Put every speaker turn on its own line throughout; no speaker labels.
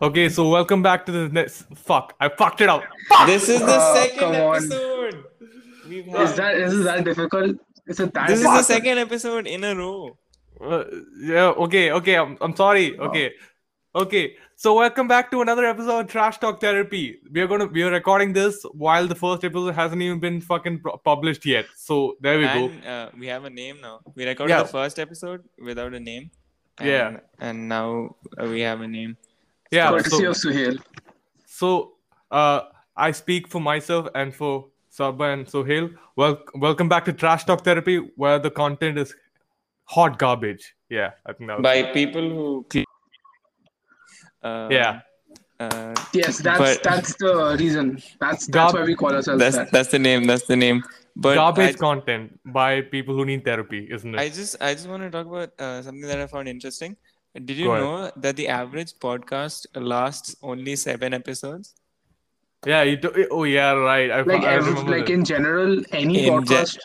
Okay, so welcome back to the next. Fuck, I fucked it up. Fuck!
This is the
Oh,
second
come on.
episode. We've had
Is that is it that difficult? Is it that
this is the
difficult?
second episode in a row.
Uh, yeah, okay, okay. I'm, I'm sorry. Okay, okay. So welcome back to another episode of Trash Talk Therapy. We are gonna we are recording this while the first episode hasn't even been fucking pro- published yet. So there we go.
and uh, we have a name now. We recorded
Yeah.
the first episode without a name. And,
Yeah.
And now uh, we have a name.
Yeah.
Courtesy
So
of Suhail.
so uh, I speak for myself and for Sabah and Sohail. Well, welcome back to Trash Talk Therapy, where the content is hot garbage. Yeah, I think that was
By people who. Uh,
Yeah.
Uh,
Yes, that's
But-
that's the reason. That's that's
Garb-
why we call ourselves
that's
that.
that's the name. That's the name. But
garbage
I,
content by people who need therapy, isn't it?
I just I just want to talk about uh, something that I found interesting. Did you
Go ahead.
know that the average podcast lasts only seven episodes?
yeah, you do, oh yeah, right. I,
Like
I
every,
remember
like
this.
in general, any
In gen-
podcast.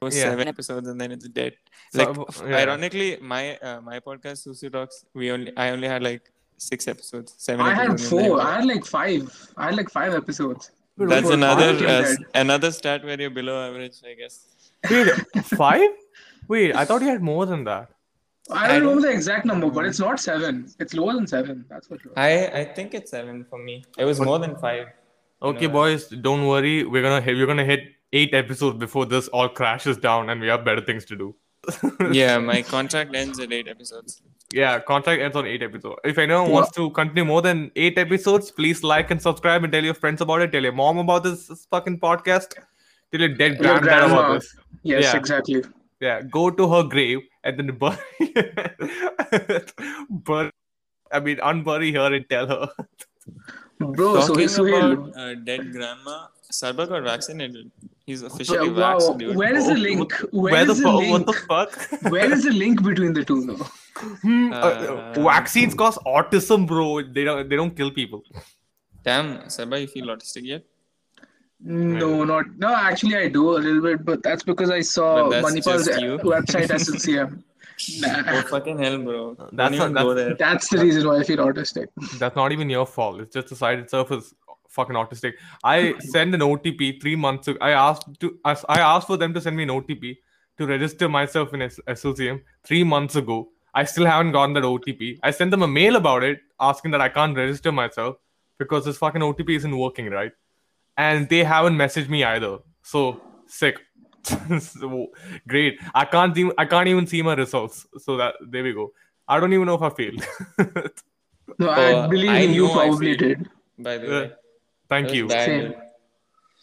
Goes
Yeah.
seven episodes and then it's dead.
So,
like
uh,
f-
yeah.
ironically, my uh, my podcast Susu Talks, we only I only had like six episodes, seven.
I had
episodes and then-
four. I had like five. I had like five episodes.
That's
Before
another
Bharati
uh,
came
s-
dead.
another stat where you're below average, I guess.
Wait, five? Wait, I thought you had more than that.
I don't remember the exact number, but it's not seven. It's lower than seven. That's for sure.
I I think it's seven for me. It was more than five.
Okay,
No.
boys, don't worry. We're gonna hit, we're gonna hit eight episodes before this all crashes down, and we have better things to do.
yeah, my contract ends at eight episodes.
Yeah, contract ends on eight episodes. If anyone wants to continue more than eight episodes, please like and subscribe and tell your friends about it. Tell your mom about this fucking podcast. Tell your dead
Your
granddad about
grandma.
this.
Yes,
Yeah.
exactly.
Yeah, go to her grave and then bury, bury I mean, unbury her and tell her.
Bro,
Talking
Suhail, Suhail.
about uh, dead grandma, Sarba got vaccinated. He's
Yeah,
officially
wow.
vaxxed, dude.
Where is the
Oh,
link?
Where
Where
the
is the
fu- what
link?
the fuck?
Where is the link between the two though?
Hmm, uh, uh,
Uh,
vaccines cause autism, bro. They don't they don't kill people.
Damn, Sarba, you feel autistic yet?
Mm, No, not no. Actually, I do a little bit, but that's because I saw
But that's
Manipal's
just you.
website as SCM.
Oh
Nah,
fucking hell, bro! Don't
That's
even
not-
go
that's-
there.
that's the reason why I feel autistic.
That's not even your fault. It's just the side itself is fucking autistic. I sent an OTP three months ago. I asked to I s- I asked for them to send me an OTP to register myself in S- SLCM three months ago. I still haven't gotten that OTP. I sent them a mail about it asking that I can't register myself because this fucking OTP isn't working, right? And they haven't messaged me either. So sick. So, great. I can't even I can't even see my results. So that there we go. I don't even know if I failed.
No,
Oh,
I believe
I
you
know I
probably
feel-
did.
By the
Uh,
way, That
Thank
was
you.
bad,
Same.
dude.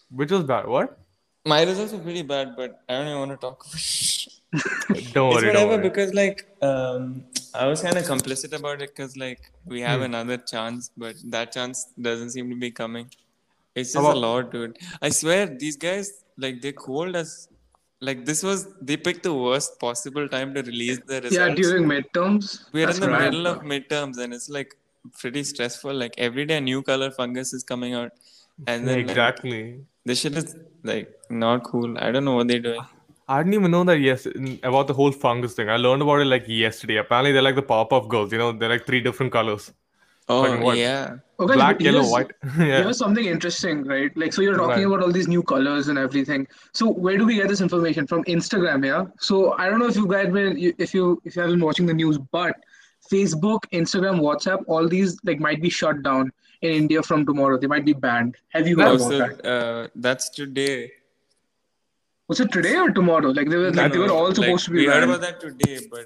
Which was bad. What?
My results were pretty bad, but I don't even want to talk. about it.
Don't
it's
worry.
whatever
Don't worry.
because like um, I was kind of complicit about it because like we have
Hmm.
another chance, but that chance doesn't seem to be coming. It's just
About-
a lot, dude. I swear these guys like they called us. Like this was they picked the worst possible time to release the results.
Yeah, during midterms.
We're
That's
in the
mad.
middle of midterms and it's like pretty stressful. Like every day a new color fungus is coming out. And then like,
exactly.
this shit is like not cool. I don't know what they're doing.
I didn't even know that. Yes, about the whole fungus thing. I learned about it like yesterday. Apparently, they're like the Powerpuff Girls. You know, they're like three different colors: Fucking
Oh
what?
yeah.
Okay,
black,
but
yellow,
here's-
white. yeah.
Here's something interesting, right? Like, so you're
Right.
talking about all these new colors and everything. So where do we get this information from? Instagram, yeah. So I don't know if you guys been you- if you if you have been watching the news, but Facebook, Instagram, WhatsApp, all these like might be shut down in India from tomorrow. They might be banned. Have you heard about
Also,
that?
uh, that's today.
Was it today or tomorrow? Like they were like they were all
Like,
supposed to
We
be
heard
banned.
about that today, but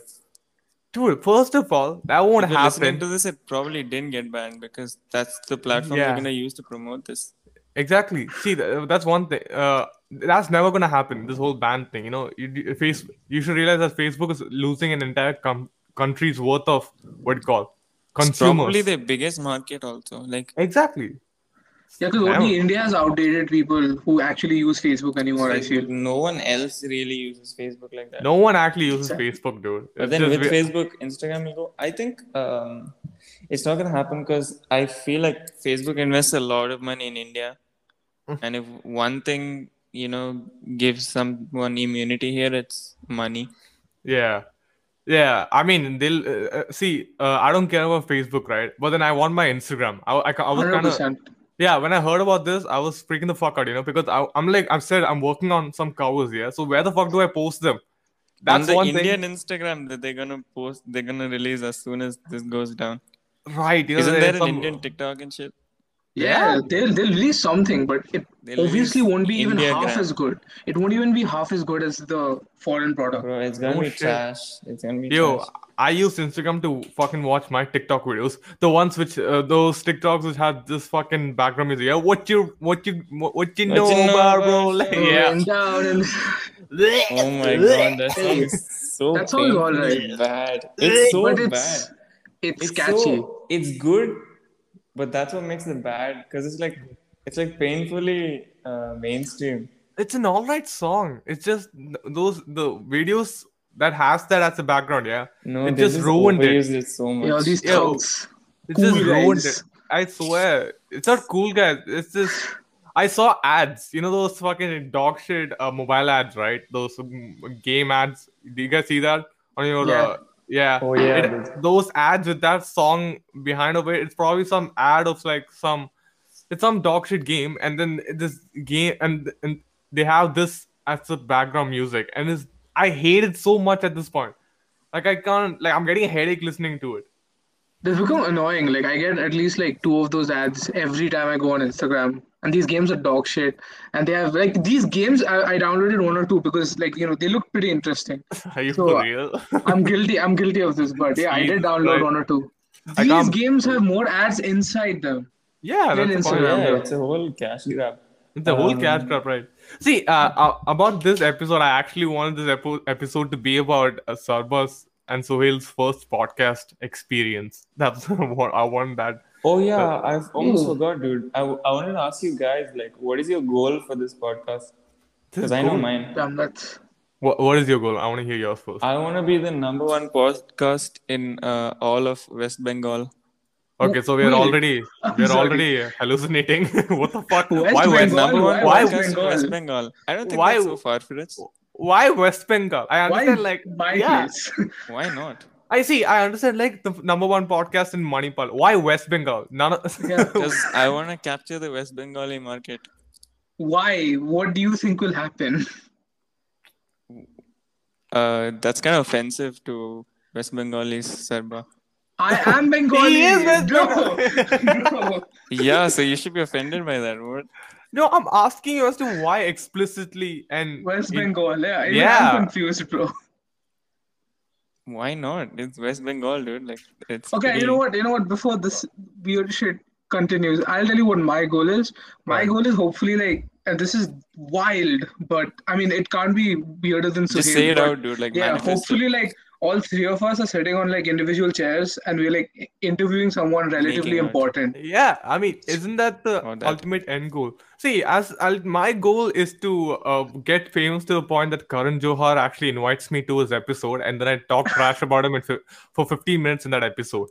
Dude, first of all, that won't
people listening
happen.
to this, it probably didn't get banned because that's the platform
Yeah.
they're gonna use to promote this.
Exactly. See, th- that's one thing. Uh, that's never gonna happen. This whole ban thing. You know, you, you- face. You should realize that Facebook is losing an entire com- country's worth of what you call
It's
consumers.
probably the biggest market also. Like
exactly.
Yeah, because
Damn.
only India has outdated people who actually use Facebook anymore. I
like,
feel.
no one else really uses Facebook like that.
No one actually uses Facebook, dude.
But
It's
then
just
with
we-
Facebook, Instagram will go. I think um, it's not gonna happen because I feel like Facebook invests a lot of money in India,
Hmm.
and if one thing you know gives someone immunity here, it's money.
Yeah. Yeah, I mean, they'll uh, uh, see. Uh, I don't care about Facebook, right? But then I want my Instagram. I, I, I was kind of
100%.
yeah. When I heard about this, I was freaking the fuck out, you know, because I, I'm like I said, I'm working on some covers, yeah. So where the fuck do I post them?
on
That's
the
one
Indian Instagram that they're gonna post, they're gonna release as soon as this goes down.
thing, right? You know, Oh,
Isn't
there's
there an
some-
Indian TikTok and shit?
Yeah, they'll they'll release something, but it
They'll
obviously
release
won't be even
India
half
gram.
as good. It won't even be half as good as the foreign product.
Bro, it's gonna
Oh,
be
shit.
trash. It's gonna be
Yo,
trash.
I used Instagram to fucking watch my TikTok videos. The ones which uh, those TikToks which had this fucking background music. Yeah, what you what you what you
What
know,
you know
about,
about
bro?
us,
Like,
bro?
yeah.
And down and
Oh my god, that song is so
That song is all
painfully
right.
bad. It's so
but
bad.
it's it's,
It's
catchy.
so it's good, but that's what makes it bad because it's like it's like painfully uh, mainstream.
It's an all right song. It's just th- those the videos that has that as a background. Yeah,
No,
It
they
just ruined it.
overused it. so much.
You know, these
Yo,
thugs.
it
Cool
just ruined
guys.
it. I swear, it's not cool, guys. It's just I saw ads. You know those fucking dog shit uh, mobile ads, right? Those um, game ads. Do you guys see that on your?
Yeah.
Uh, yeah.
Oh yeah,
It-
dude.
those ads with that song behind of it, it's probably some ad of like some, it's some dog shit game, and then this game and and they have this as the background music, and it's I hate it so much at this point. Like I can't like I'm getting a headache listening to it.
They've become annoying. Like I get at least like two of those ads every time I go on Instagram. And these games are dog shit. And they have like these games I, I downloaded one or two because like you know they look pretty interesting.
Are you
So,
for real?
I'm guilty. I'm guilty of this, but yeah, I did
Jesus
download
Christ.
one or two.
I
These
can't-
games have more ads inside them.
yeah,
Then
that's the point.
Instagram.
yeah, it's a whole cash grab.
It's a whole
Um,
cash crop, right? See, uh, uh, about this episode, I actually wanted this epo- episode to be about uh, Sarbas and Sohail's first podcast experience. That's what I want that.
Oh yeah, I've almost
Ooh.
forgot, dude. I, I wanted to ask you guys, like, what is your goal for this podcast?
This
Because I know
goal-
mine.
Damn, that's
What, what is your goal? I want to hear yours first.
Uh,
I want to be the number one podcast in uh, all of West Bengal.
Okay, so we are
Really?
already we are
sorry.
already hallucinating. what the fuck?
West
why West?
Bengal?
number one
why
podcast
West
in West
Bengal?
Bengal. I don't think
Why-
that's so far fetched.
Why West Bengal? I
why
understand, like
my
yeah,
place.
Why not?
I see. I understand, like the f- number one podcast in Manipal. Why West Bengal? None. Of-
Yeah.
Because I want to capture the West Bengali market.
why? What do you think will happen?
Uh, that's kind of offensive to West Bengalis, Sarba.
I am Bengali.
He is West
bro.
Bengali.
Bro.
Yeah, so you should be offended by that word.
No, I'm asking you as to why explicitly and
West
in-
Bengal. Yeah, even
Yeah.
I'm confused, bro.
Why not? It's West Bengal, dude. Like, it's
Okay, you
pretty-
know what? You know what? Before this weird shit continues, I'll tell you what my goal is. My
Right.
goal is hopefully like, and this is wild, but I mean, it can't be weirder than Suhail.
Just say it
but
out, dude. Like,
Yeah,
manifest it.
hopefully, like all three of us are sitting on like individual chairs, and we're like i- interviewing someone relatively
Making out.
important.
Yeah, I mean, isn't that the
Or that.
ultimate end goal? See, as i my goal is to uh, get famous to the point that Karan Johar actually invites me to his episode, and then I talk trash about him in, fi- for 15 minutes in that episode.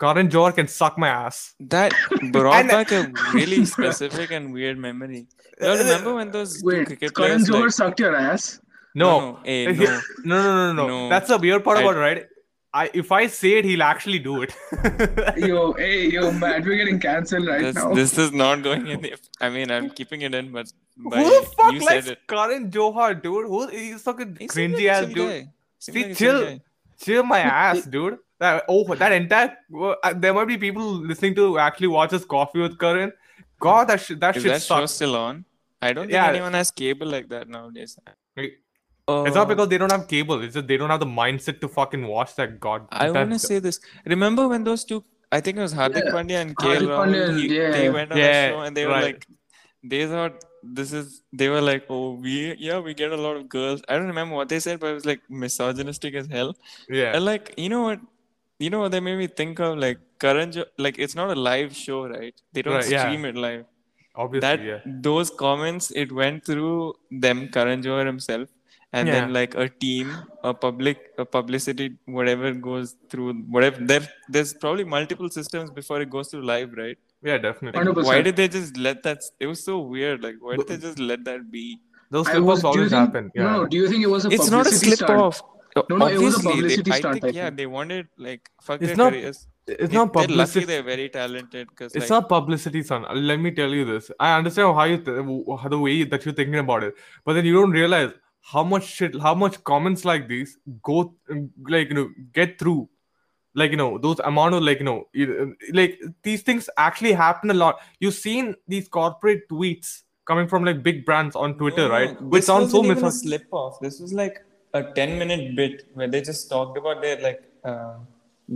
Karan Johar can suck my ass.
That brought
And-
back a really specific and weird memory. You all remember when those two
Wait,
cricket
Karan
players
Johar
like,
sucked your ass.
No,
no, hey,
He-
no.
no, no, no, no,
No.
That's the weird part
I-
about it, right? I if I say it, he'll actually do it.
Yo, hey, yo, Matt, we're getting cancelled right
This,
now.
this is not going in. The, I mean, I'm keeping it in, but by,
Who the fuck
you
likes
said it.
Karan Johar, dude? Who he's fucking
He seemed
cringy
like a
ass
chill
dude.
guy. Seemed
See,
like a chill
chill,
guy.
chill my ass, dude. That oh, that entire well, uh, there might be people listening to actually watch this coffee with Karan. God, that shit, that
Is
shit
that show
sucks.
still on? I don't think
Yeah.
anyone has cable like that nowadays.
Wait.
Oh,
It's not because they don't have cable. It's just they don't have the mindset to fucking watch that. God,
I
that-
want to say this. Remember when those two? I think it was Hardik
Yeah.
Pandya and
Hardik
KL
Pandya
Rahul.
and-
he- They
yeah.
went on
Yeah,
that show and they were
right.
like, they thought this is. They were like, oh, we yeah, we get a lot of girls. I don't remember what they said, but it was like misogynistic as hell.
yeah,
And like, you know what? You know what they made me think of? Like Karan, Jo- like it's not a live show, right? They don't
Right, yeah.
stream it live.
obviously,
that
yeah.
those comments it went through them Karan Johar himself and then
Yeah.
like a team a public a publicity whatever goes through whatever there, there's probably multiple systems before it goes through live right
yeah, definitely.
Hundred
why
percent.
did they just let that it was so weird like why did they just let that be
Those
I was.
slip-ups
Do you
always
think?
happen. Yeah.
No, do you think it was a
it's not a
publicity
slip
stunt?
off
No, no, it was a
Obviously,
publicity
they, I
stunt,
think,
I
yeah,
think.
they wanted like fuck
It's
their
not-
careers.
It's not
They- they're lucky
publicity.
they're very talented because
It's
like,
not publicity, son. Uh, Let me tell you this. I understand how you th- how the way that you're thinking about it, but then you don't realize how much shit, how much comments like these go um, like you know get through. Like you know those amount of like you know you- like these things actually happen a lot. You've seen these corporate tweets coming from like big brands on Twitter,
no, no,
right?
no,
Which
this
sounds so
wasn't even a
misunderstood.
slip off. This was like a 10 minute bit where they just talked about their like uh,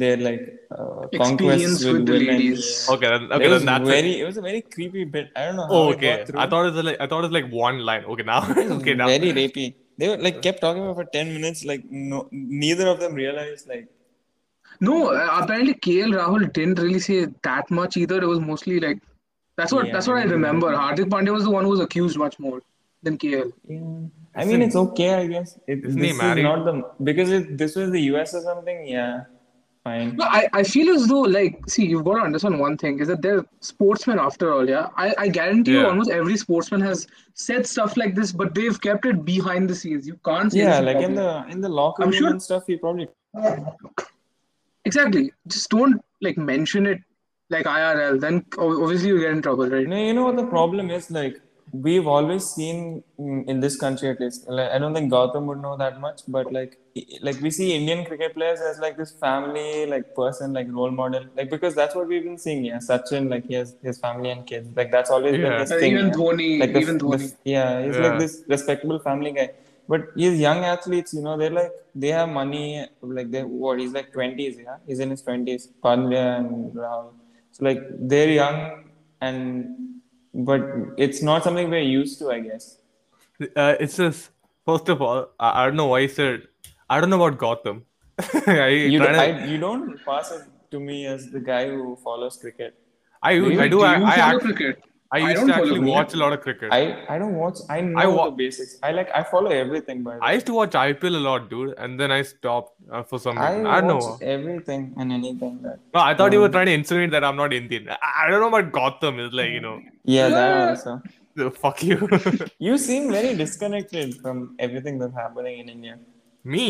their like uh, conquests
Experience
with,
with the
women.
ladies.
Okay, then, okay,
it was
then that's it.
very it. was a very creepy bit. I don't know how
Oh,
it got
okay.
through.
I thought it was like I thought it was like one line. Okay, now
It was
okay now.
very rapey. They were like kept talking about it for 10 minutes like no neither of them realized like
No, uh, apparently KL Rahul didn't really say that much either. It was mostly like that's what
Yeah.
that's what I remember. Hardik Pandya was the one who was accused much more than KL.
Yeah. I mean, it's okay, I guess. It,
Isn't he
this is
married?
not the because if this was the US or something, yeah, fine.
No, I, I feel as though like see you've got to understand one thing is that they're sportsmen after all, yeah. I, I guarantee you
Yeah.
almost every sportsman has said stuff like this, but they've kept it behind the scenes. You can't say
Yeah,
this
like in
public.
the in the locker
I'm
room
sure-
and stuff, he probably
exactly. Just don't like mention it like IRL. Then ob- obviously you get in trouble, right?
No, you know what the problem is? Like, we've always seen mm, in this country at least. Like, I don't think Gautam would know that much, but like, i- like we see Indian cricket players as like this family, like person, like role model, like because that's what we've been seeing. Yeah, Sachin, like he has his family and kids. Like that's always been
Yeah.
his
Uh,
thing.
even
yeah.
Dhoni,
like the,
even
the-
Dhoni.
yeah, he's like
Yeah.
this respectable family guy. But he's young athletes, you know, they're like they have money. Like they what? He's like twenties. Yeah, he's in his twenties. Pandya and Rahul. So like they're young and but it's not something we're used to, I guess.
Uh, it's just first of all, I, I don't know why he said I don't know about Gotham. I,
You,
trying
do,
to-
I, you don't pass it to me as the guy who follows cricket.
I, u- I do
you
I, I,
follow
act-
cricket?
I
I
used
don't
to
follow
actually
cricket.
watch a lot of cricket. I,
I I don't watch. I know
I wa-
the basics. I like I follow everything, but
used to watch IPL a lot, dude, and then I stopped uh, for some
I,
reason. I, don't
watch
know.
everything and anything. That
No, I thought you were trying to insinuate that I'm not Indian. I, I don't know about Gotham. It's like you know,
yeah, that
Yeah.
also.
the- fuck you.
You seem very disconnected from everything that's happening in India.
Me,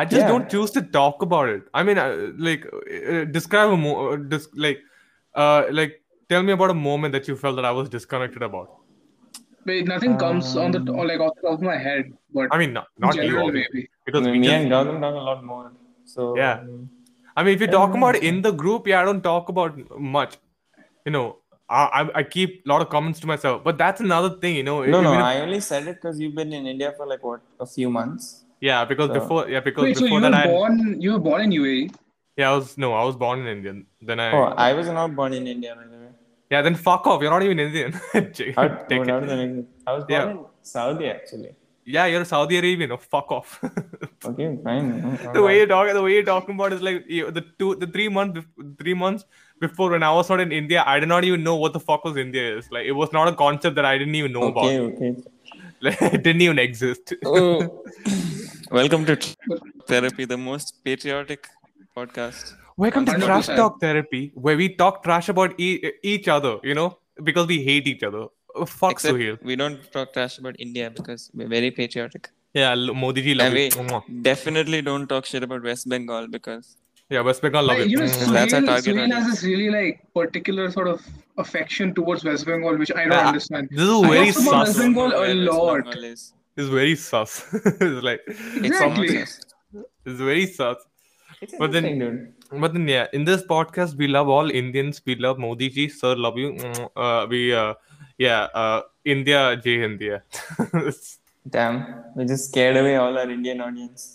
I just
Yeah.
don't choose to talk about it. I mean, uh, like uh, describe a mo- uh, dis- like uh, like tell me about a moment that you felt that I was disconnected about.
Wait, nothing comes on the t-
Um,
like off the top of my head, but
I mean, not, not
in
you,
general,
obviously.
maybe.
because we
me
just-
and Gautam talk a lot more. So
Yeah. I mean, if you talk about in the group, yeah, I don't talk about much. You know, I I, I keep a lot of comments to myself. But that's another thing, you know.
No, no,
even if-
I only said it because you've been in India for like what a few months.
yeah, because
So-
before, yeah, because
Wait, so
before
you were
that, I
born you were born in E? UAE?
yeah, I was no, I was born in India. Then I
Oh, I was not born in India, by the way.
yeah, then fuck off. You're not even Indian. Take
How,
it.
what are the next- I was born
Yeah.
in Saudi actually.
Yeah, you're Saudi Arabian. Oh, fuck off.
Okay, fine.
the way you talk, the way you're talking about is like you, the two, the three months, bef- three months before when I was not in India, I did not even know what the fuck was India is. Like it was not a concept that I didn't even know
Okay,
about.
okay.
Like, it didn't even exist.
Oh. Welcome to Therapy, the most patriotic podcast.
Welcome to
I know
Trash
this, I-
Talk Therapy, where we talk trash about e- each other, you know, because we hate each other. Uh, Fuck
Except
Suhail.
we don't talk trash about India because we're very patriotic.
Yeah, l- Modi ji love
And we
you. Mwah.
definitely don't talk shit about West Bengal because
Yeah, West Bengal love
Like, you know,
you.
Mm, that's our
Suhail,
target
Suhail has
audience.
this really like particular sort of affection towards West Bengal, which I don't
Yeah,
understand.
This is very
also about
sus.
West Bengal a
Where West
lot.
Bengal is.
This is very sus. it's like
It's
Exactly.
not just-
it's very sus.
It's
But then-
interesting, dude.
But then yeah, in this podcast we love all Indians. We love Modi ji, sir, love you. Mwah. Uh, we uh, yeah, uh, India, Jai India.
Damn, we just scared away all our Indian audience.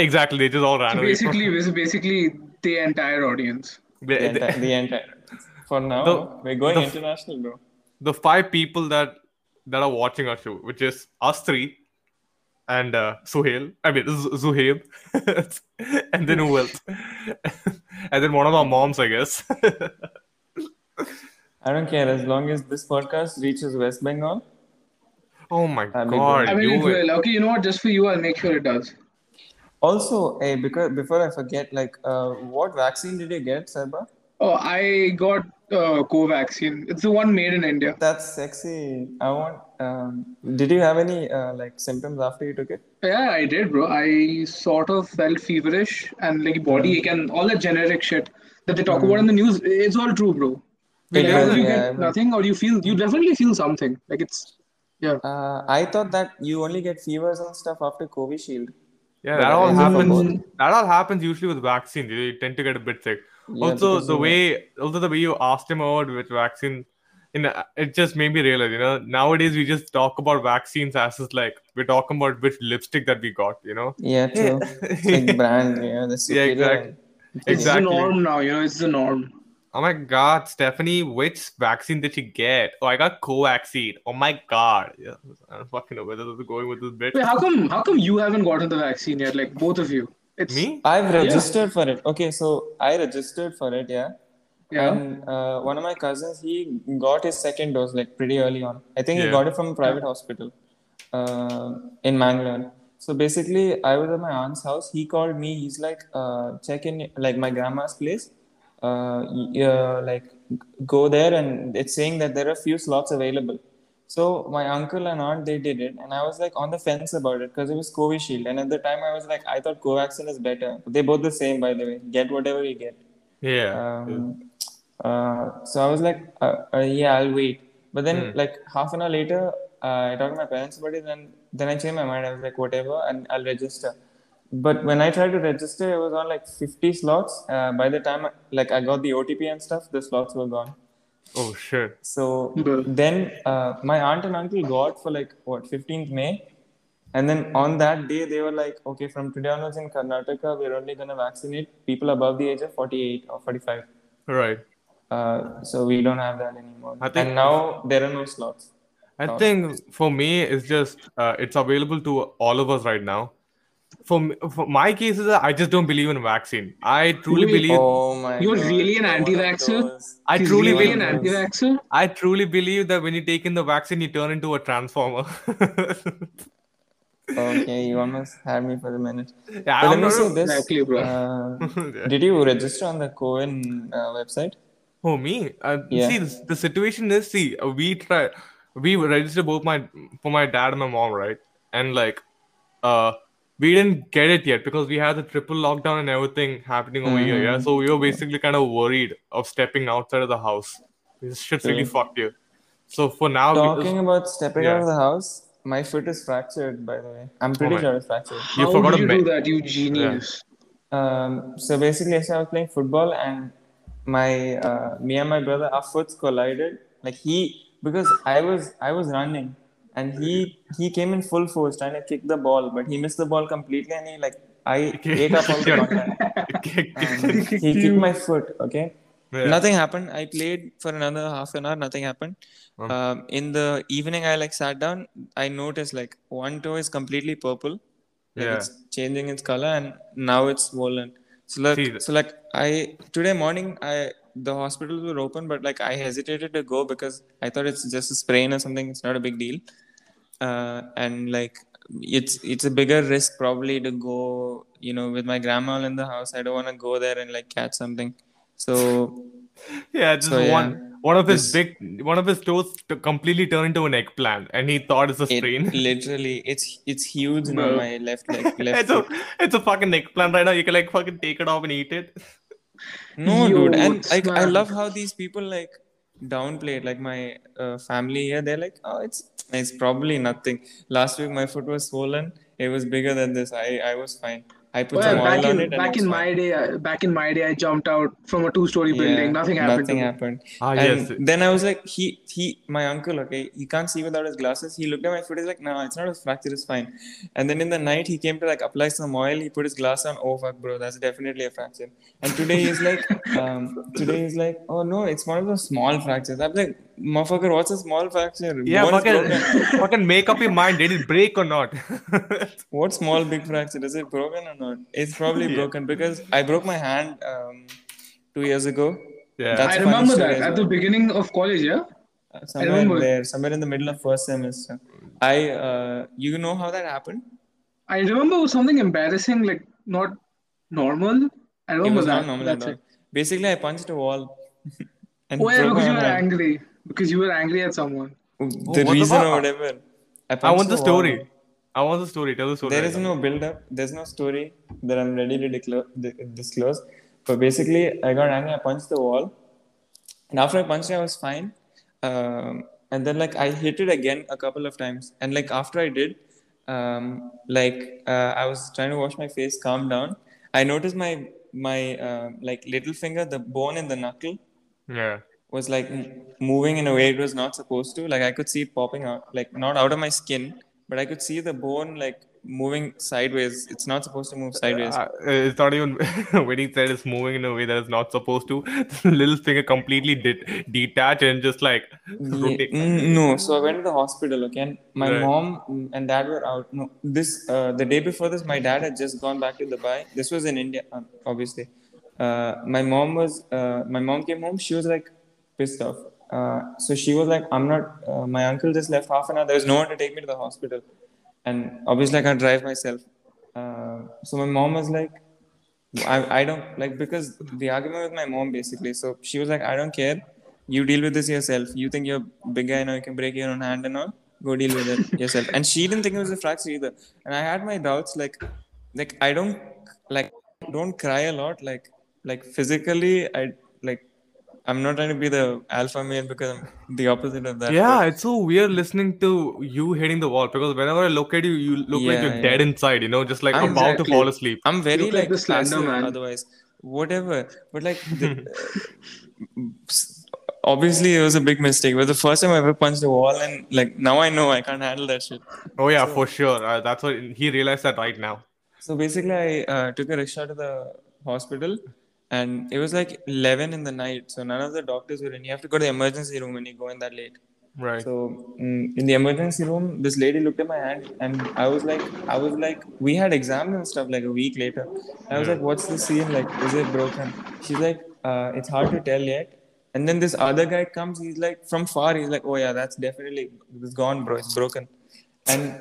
exactly, they just all ran
So
away. from-
basically, this is basically the entire audience.
They-
The
they-
entire, the entire. For now,
The-
we're going
the-
international, bro.
the five people that that are watching our show, which is us three and uh, Suhail. I mean, Z- Zuhaib, and then who else? and then one of our moms, I guess.
I don't care as long as this podcast reaches West Bengal.
oh my
That'd be
god!
good.
I mean,
you
it
were-
will. Okay, you know what? Just for you, I'll make sure it does.
Also, hey, because before I forget, like, uh, what vaccine did you get, Sarba?
Oh, I got uh, Covaxin. It's the one made in India.
That's sexy. I want uh, Um, did you have any uh, like symptoms after you took it?
Yeah, I did, bro. I sort of felt feverish and like
Mm.
body ache and all that generic shit that they talk about in the news. It's all true, bro.
Wait,
Yeah,
Either you
yeah,
get
I mean-
nothing or you feel you definitely feel something. Like it's yeah.
Uh, I thought that you only get fevers and stuff after COVID shield.
Yeah,
But
that
I
all
have
happens.
both.
That all happens usually with vaccine. You tend to get a bit sick.
Yeah,
also,
because
the
you-
way also the way you asked him about with vaccine, you know, it just made me realize. You know, nowadays we just talk about vaccines as is like we're talking about which lipstick that we got. You know,
Yeah, true. It's like brand, yeah, the superior.
exact-
and-
It's
exactly.
the norm now, you know, it's the norm.
Oh my God, Stephanie, which vaccine did she get? Oh, I got Covaxin. Oh my God, yeah, I don't fucking know where this is going with this bit.
Wait, how come how come you haven't gotten the vaccine yet? Like both of you. It's
Me?
I've registered for it. Okay, so I registered for it, yeah.
Yeah.
And uh, one of my cousins, he got his second dose like pretty early on. I think he
Yeah.
got it from a private hospital uh, in Mangalore. So basically, I was at my aunt's house. He called me. He's like, uh, check in like my grandma's place. Uh, y- uh, like go there, and it's saying that there are few slots available. So my uncle and aunt they did it, and I was like on the fence about it because it was COVID shield, and at the time I was like I thought Covaxin is better. They both the same by the way. Get whatever you get.
Yeah.
Um, uh, so I was like, uh, uh, yeah, I'll wait. But then, like half an hour later, uh, I talked to my parents about it, and then I changed my mind. I was like, whatever, and I'll register. But when I tried to register, it was on like 50 slots. Uh, by the time, like I got the OTP and stuff, the slots were gone.
oh shit.
So
Bro.
then uh, my aunt and uncle got for like what 15th May, and then on that day they were like, okay, from today onwards in Karnataka, we're only gonna vaccinate people above the age of 48 or 45.
Right.
Uh, so we don't have that anymore.
I think-
and now there are no slots. oh.
I think for me, it's just uh, it's available to all of us right now. For, me, for my cases, I just don't believe in vaccine. I truly
Wait.
believe.
Oh my
You're
God,
really an
you're one of
anti-vaxxer?
those.
I
He's
truly
really
believe.
an anti-vaxxer.
I truly believe that when you take in the vaccine, you turn into a transformer.
Okay, you almost had me for a minute.
yeah,
But let
I'm
me
not
see
a-
this.
Exactly, bro.
Uh,
Yeah.
Did you register on the Cohen uh, website?
Oh me? Uh,
Yeah.
See, the, the situation is see, uh, we try, we registered both my for my dad and my mom, right? And like, uh, we didn't get it yet because we had the triple lockdown and everything happening over here.
Mm-hmm.
Yeah, so we were basically kind of worried of stepping outside of the house. This shit's really fucked here. So for now, we
Talking
just,
about stepping out
Yeah. Oh
of the house, my foot is fractured. By the way, I'm pretty
my-
sure it's fractured.
you
How
forgot
did you
a
do
me-
that, you genius?
Um, so basically, yesterday I was playing football, and my uh, me and my brother, our foots collided. Like he, because I was I was running, and he he came in full force trying to kick the ball, but he missed the ball completely, and he like I ate up all the contact. And he kicked my foot. Okay,
Yeah.
nothing happened. I played for another half an hour. Nothing happened. Um, in the evening, I like sat down. I noticed like one toe is completely purple like
Yeah.
it's changing its color and now it's swollen so like
See the-
so like i today morning i the hospitals were open but like i hesitated to go because i thought it's just a sprain or something it's not a big deal uh, and like it's it's a bigger risk probably to go you know with my grandma in the house i don't want to go there and like catch something so
Yeah, just
So, yeah.
one one of his big one of his toes t- completely turned into an eggplant, and he thought it's a
it
strain.
literally it's it's huge now
Bro.
my left leg left
it's a it's a fucking eggplant right now. You can like fucking take it off and eat it.
No,
Yo,
dude, and like I
snap.
love how these people like downplay it. Like my uh, family here, they're like, "Oh, it's it's probably nothing." Last week, my foot was swollen. It was bigger than this. I I was fine. I put
Well,
some oil
back
on
in
it. and
back
it
in
was
my
fine.
day, I- back in my day, I jumped out from a two-story
Yeah,
building. Nothing happened.
Nothing
to me.
happened.
Ah,
and
yes.
then I was like, he he, my uncle. Okay, he can't see without his glasses. He looked at my foot. He's like, "No, it's not a fracture. It's fine." And then in the night, he came to like apply some oil. He put his glass on. Oh fuck, bro, that's definitely a fracture. And today he's like, um, today he's like, "Oh no, it's one of those small fractures." I'm like, "Motherfucker, what's a small fracture?
Yeah,
Bone's broken.
fucking fucking make up your mind. Did it break or not?
What small big fracture? Is it broken or not? It's probably broken because I broke my hand um, two years ago.
Yeah.
That's a
I
funny
remember
story
that
as
at
well.
the beginning of college. Yeah.
Uh, somewhere
remember.
there, somewhere in the middle of first semester. I, uh, you know how that happened?
I remember it was something embarrassing, like not normal. I
It
remember
was
that.
not normal
That's
at all.
it.
Basically, I punched a wall. and
Oh yeah,
broke my
because you were
hand.
angry. Because you were angry at someone.
the
Oh, what
reason
about-
or whatever.
I
Apart
want the
from
story.
all-
I want the story. Tell the story.
There
right
is
now.
no build up. There's no story that I'm ready to declare, di- disclose. But basically, I got angry. I punched the wall, and after I punched, it, I was fine. Um, and then like I hit it again a couple of times, and like after I did, um, like uh, I was trying to wash my face, calm down. I noticed my my uh, like little finger, the bone in the knuckle,
Yeah.
was like m- moving in a way it was not supposed to. Like I could see it popping out, like not out of my skin, but I could see the bone like moving sideways. It's not supposed to move sideways.
Uh, it's not even wedding thread is moving in a way that is not supposed to. This little finger completely did detach and just like rotate.
Yeah. Mm, No, so I went to the hospital, okay, and my
Right.
mom and dad were out. No, this uh, the day before this, my dad had just gone back to Dubai. This was in India, um, obviously. Uh, my mom was uh, my mom came home. She was like pissed off. Uh, so she was like, "I'm not. Uh, my uncle just left half an hour. There's no one to take me to the hospital, and obviously I can't drive myself." Uh, so my mom was like, I, I don't like because the argument with my mom basically. So she was like, I don't care. You deal with this yourself. You think you're big guy now, you can break your own hand and all. Go deal with it yourself. And she didn't think it was a fracture either. And I had my doubts. Like, like I don't like don't cry a lot. Like, like physically, I like I'm not trying to be the alpha male because I'm the opposite of that.
Yeah, it's so weird listening to you hitting the wall because whenever I look at you, you look like
Yeah,
you're
yeah.
dead inside, you know, just like
I'm
about to
exactly-
fall asleep.
I'm very
look
like,
like the Slender
passive
Man.
otherwise. Whatever. But like the, uh, obviously it was a big mistake. It was the first time I ever punched a wall and like now I know I can't handle that shit.
Oh, yeah, for sure. Uh, that's what he realized that right now.
So basically I uh, took a rickshaw to the hospital and it was like 11 in the night. So none of the doctors were in. You have to go to the emergency room when you go in that late.
Right.
So mm, in the emergency room, this lady looked at my hand, and I was like, I was like, we had exams and stuff like a week later. I was like, what's the scene like? Is it broken? She's like, uh, it's hard to tell yet. And then this other guy comes. He's like from far. He's like, oh yeah, that's definitely it's gone, bro. It's broken. And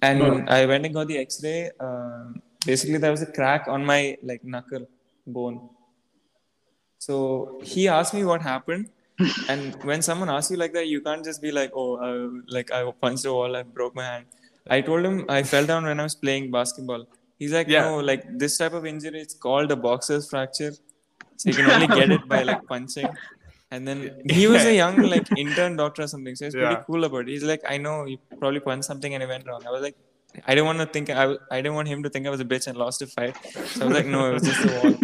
and I went and got the X-ray. Um basically, there was a crack on my like knuckle bone. So he asked me what happened. and when someone asks you like that, you can't just be like, oh, uh, like I punched a wall, I broke my hand. I told him I fell down when I was playing basketball. He's like,
Yeah.
no, like this type of injury, it's called a boxer's fracture. So you can only get it by like punching. And then he was a young like intern doctor or something. So he's pretty
Yeah.
cool about it. He's like, I know you probably punched something and it went wrong. I was like, I didn't want to think I, was- I didn't want him to think I was a bitch and lost a fight. So I was like, no, it was just a wall.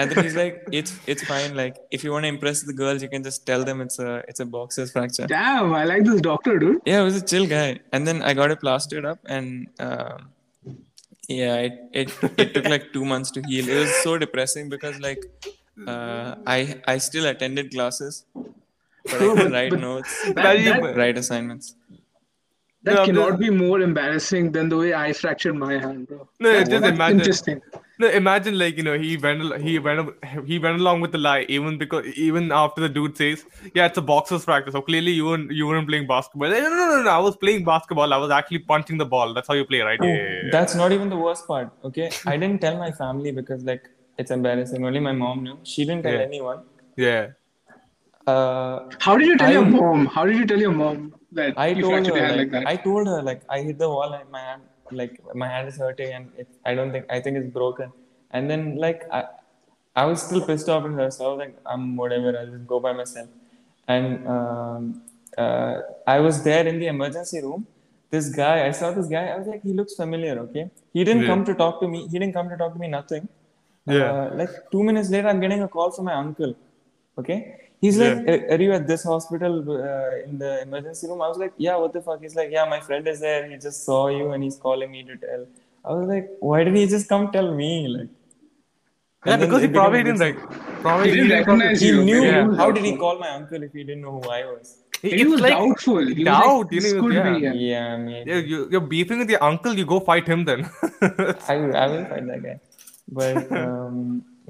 And then he's like, it's it's fine. Like if you want to impress the girls, you can just tell them it's a it's a boxer's fracture.
Damn, I like this doctor, dude.
Yeah, it was a chill guy. And then I got it plastered up, and um, yeah, it, it it took like two months to heal. It was so depressing because like uh, I I still attended classes, but I could write notes,
That-
that-
write assignments.
That
Yeah,
cannot be more embarrassing than the way I fractured my hand, bro.
No,
That's-
just
that's
imagine.
Interesting.
No, imagine like you know he went al- he went al- he went along with the lie even because even after the dude says yeah it's a boxer's practice so clearly you weren't you weren't playing basketball no no no, no I was playing basketball I was actually punching the ball that's how you play right yeah, yeah, yeah.
That's not even the worst part. Okay, I didn't tell my family because like it's embarrassing. Only my mom knew. She didn't tell
Yeah.
anyone.
yeah
Uh,
How did you tell
I-
your mom? How did you tell your mom that
I
you
told
fractured your
her
hand
like,
like, that?
I told her like I hit the wall and my hand like my hand is hurting and it, I don't think I think it's broken. And then like I I was still pissed off at her, so I was like I'm whatever. I'll just go by myself. And um, uh, I was there in the emergency room. This guy, I saw this guy. I was like, he looks familiar. Okay, he didn't
Yeah.
come to talk to me. He didn't come to talk to me. Nothing.
Yeah.
Uh, like two minutes later, I'm getting a call from my uncle. Okay. He's like, "Are- Are you at this hospital uh, in the emergency room? I was like, Yeah, what the fuck? He's like, Yeah, my friend is there. He just saw you and he's calling me to tell. I was like, Why did he just come tell me? Like,
yeah
and then
because he
it became
probably
a big
didn't
thing.
like probably
He didn't recognize
He
you.
knew.
Maybe
Yeah.
was
How did he
doubtful.
call my uncle if he didn't know who I was?
Maybe He
it's
was
like
doubtful. He was like,
doubt, you
this
know,
could
yeah.
be. Yeah.
Yeah, maybe.
yeah, you, you're beefing with your uncle you go fight him then
I, I will find that guy. But, um,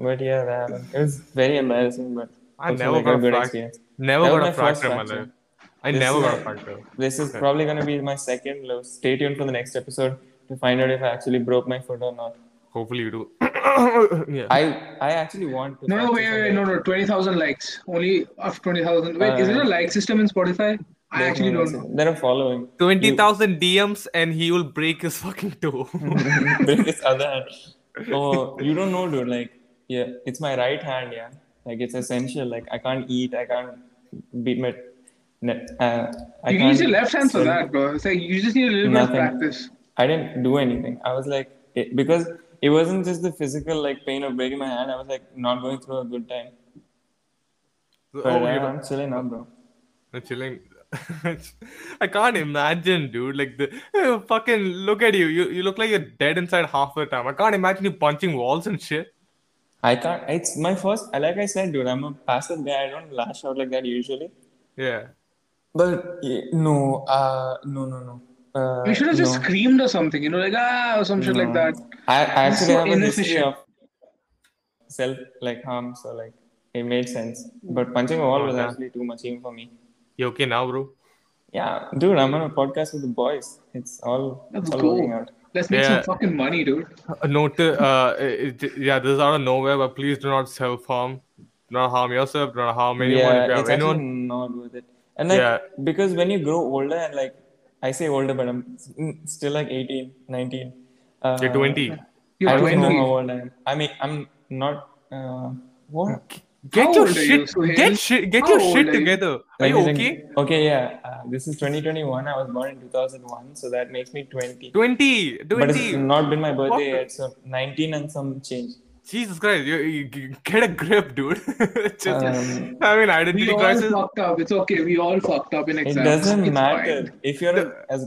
but yeah, that happened. It was very embarrassing, but
I
also,
never
like,
got
a
a
good
frac-
experience.
never
That was
got
my
a
first
fracture in my
fracture.
life I
This
never
is
got a
my-
fracture
This is probably going to be my second low. Stay tuned for the next episode to find out if I actually broke my foot or not.
hopefully you do yeah
I I actually want to.
No, no,
practice
wait, wait,
on
wait,
it.
no, no. 20,000 likes. Only after 20,000. Wait,
Uh,
is there a like system in Spotify? I actually don't know.
They're following.
Twenty thousand DMs and he will break his fucking toe. Oh,
Break his other hand. Oh, you don't know, dude. Like, yeah, it's my right hand. Yeah, like it's essential. Like, I can't eat. I can't beat my. ne- Uh, I
You can
can't
use your left hand for
swim.
that, bro. It's like you just need a little
Nothing. Uh,
bit of practice.
I didn't do anything. I was like, it, because it wasn't just the physical like pain of breaking my hand. I was like not going through a good time.
oh,
But
you
yeah,
know,
I'm chilling now, bro.
I'm chilling. I can't imagine, dude. Like the eh, fucking look at you. You you look like you're dead inside half the time. I can't imagine you punching walls and shit.
I can't. It's my first. Like I said, dude, I'm a passive guy. I don't lash out like that usually.
Yeah.
But yeah, no, uh, no, no, no. Uh,
You should have just
no,
screamed or something, you know, like ah, or some shit like
no.
that.
I, I actually
so
have a history
inefficient.
of self like harm, so like it made sense. But punching a wall was
Yeah.
actually too much even for me.
You okay now, bro?
Yeah, dude, I'm on a podcast with the boys. It's all
Let's
it's all working
go.
out.
Let's make some
Yeah.
fucking money, dude.
A note. Uh, it, it- yeah, this is out of nowhere, but please do not self harm. Do not harm yourself. Do not harm anyone. if you
Yeah,
have
it's
anyone,
actually not worth it. And like
Yeah.
because when you grow older and like I say older, but I'm s- mm, still like 18, 19. Uh,
you're 20.
You're
I don't know
20.
how old I am. I mean, I'm not. Uh, what?
Get
How
your
old are
shit.
you, Suhail?
get shit. Get
How
your
old
shit
are you?
together. Are you
Let me think.
okay?
Okay, yeah. Uh, this is 2021. I was born in 2001, so that makes me 20.
20. 20.
But it's not been my birthday
Fuck.
yet, so 19 and some change.
Jesus Christ, you, you g- get a grip, dude. Just,
Um,
I mean, identity
We all
crisis.
fucked up. It's okay. We all fucked up in
It
exams.
doesn't
It's
matter
fine.
if you're a- as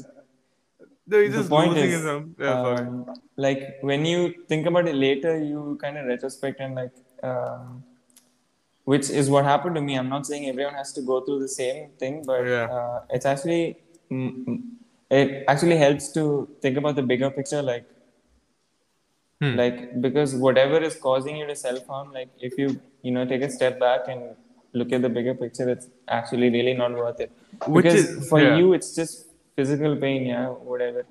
No, you're
the
just
point
losing
is,
yourself. Yeah, sorry.
um, like when you think about it later, you kind of retrospect and like, um, which is what happened to me. I'm not saying everyone has to go through the same thing, but
Yeah.
uh, it's actually mm, mm, it actually helps to think about the bigger picture, like
Hmm.
like because whatever is causing you to self harm, like if you you know take a step back and look at the bigger picture, it's actually really not worth it.
Which
because
is-
for
yeah.
you it's just physical pain, yeah, whatever.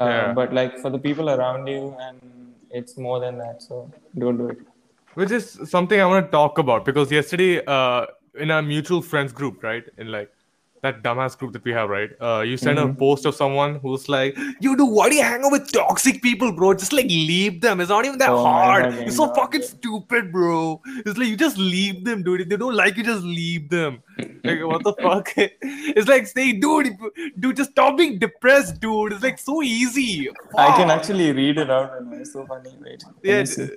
Uh,
Yeah.
But like for the people around you, and it's more than that. So don't do it.
which is something I want to talk about because yesterday, uh, in our mutual friends group, right, in like that dumbass group that we have, right, uh, you sent
Mm-hmm.
a post of someone who's like, "You do what do you hang out with toxic people, bro? Just like leave them. It's not even that
Oh my
hard.
God,
It's so
yeah.
fucking stupid, bro. It's like you just leave them, dude. If they don't like you, just leave them. Like what the fuck? it's like saying, dude, if- dude, just stop being depressed, dude. It's like so easy.
I can
Fuck.
actually read it out, and it's so funny. Wait. let me
Yeah,
see.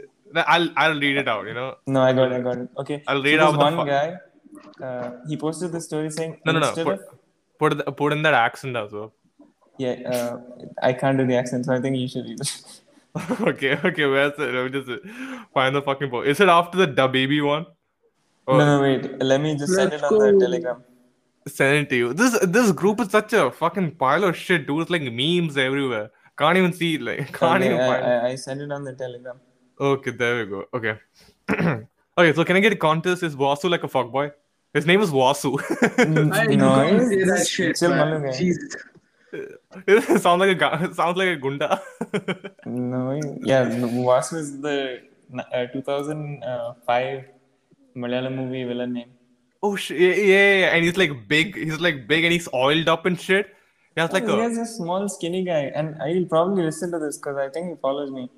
I'll I'll read it out. You know.
No, I got it. I got it. Okay.
I'll
so
read
this
out the
one
fu-
guy. Uh, he posted the story saying,
No, no, no.
"Instead
Put,
of-
put, the, put in that accent as well.
yeah, uh, I can't do the accent, so I think you should read it.
okay, okay. Where's it? Let me just find the fucking post. Is it after the da baby one? Oh,
No, no, wait. Let me just send it
Let's
on the
go.
Telegram.
Send it to you. This this group is such a fucking pile of shit, dude. It's like memes everywhere. Can't even see. Like can't
Okay,
even
I,
find.
I, I sent it on the Telegram.
Okay, there we go. Okay. okay. So can I get a contest? Is Wasu like a fuckboy? His name is Wasu.
I you
No, it's-
can't say that
it's-
shit,
it's a
man.
Malu guy.
Jesus.
it sounds like a gu- sounds like a gunda.
No, yeah, Vasu is the uh, 2005 Malayalam movie villain name.
oh shit! Yeah, yeah, yeah. And he's like big. He's like big, and he's oiled up and shit. He has like
he
a
has a small, skinny guy, and I'll probably listen to this because I think he follows me.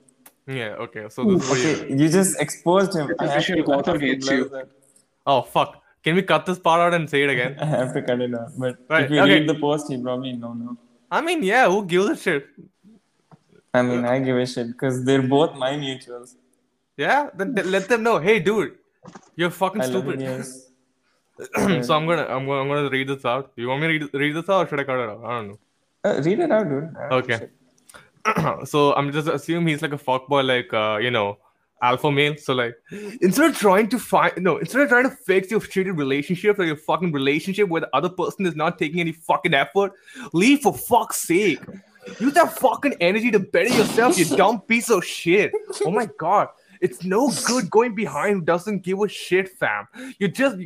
Yeah, okay. So this
Oh,
is for you.
Okay, you just exposed him. I have,
official
to, I have
Gotham
to
hates
blur
you.
that.
Oh fuck. Can we cut this part out and say it again?
I have to cut it out. But if
Right,
you
okay.
read the post, you probably know now.
I mean, yeah, who gives a shit?
I mean, I give a shit because they're both my mutuals.
Yeah? Then th- let them know, hey dude, you're fucking
I love
stupid.
it. Yes.
so I'm gonna I'm gonna I'm gonna read this out. You want me to read, read this out or should I cut it out? I don't know.
Uh, read it out, dude. I don't give a
Okay.
shit.
so I'm just assume he's like a fuckboy, like uh, you know, alpha male. So like, instead of trying to find no, instead of trying to fix your shitty relationship or your fucking relationship where the other person is not taking any fucking effort, leave for fuck's sake. Use that fucking energy to better yourself, you dumb piece of shit. Oh my god. It's no good going behind who doesn't give a shit, fam. You're just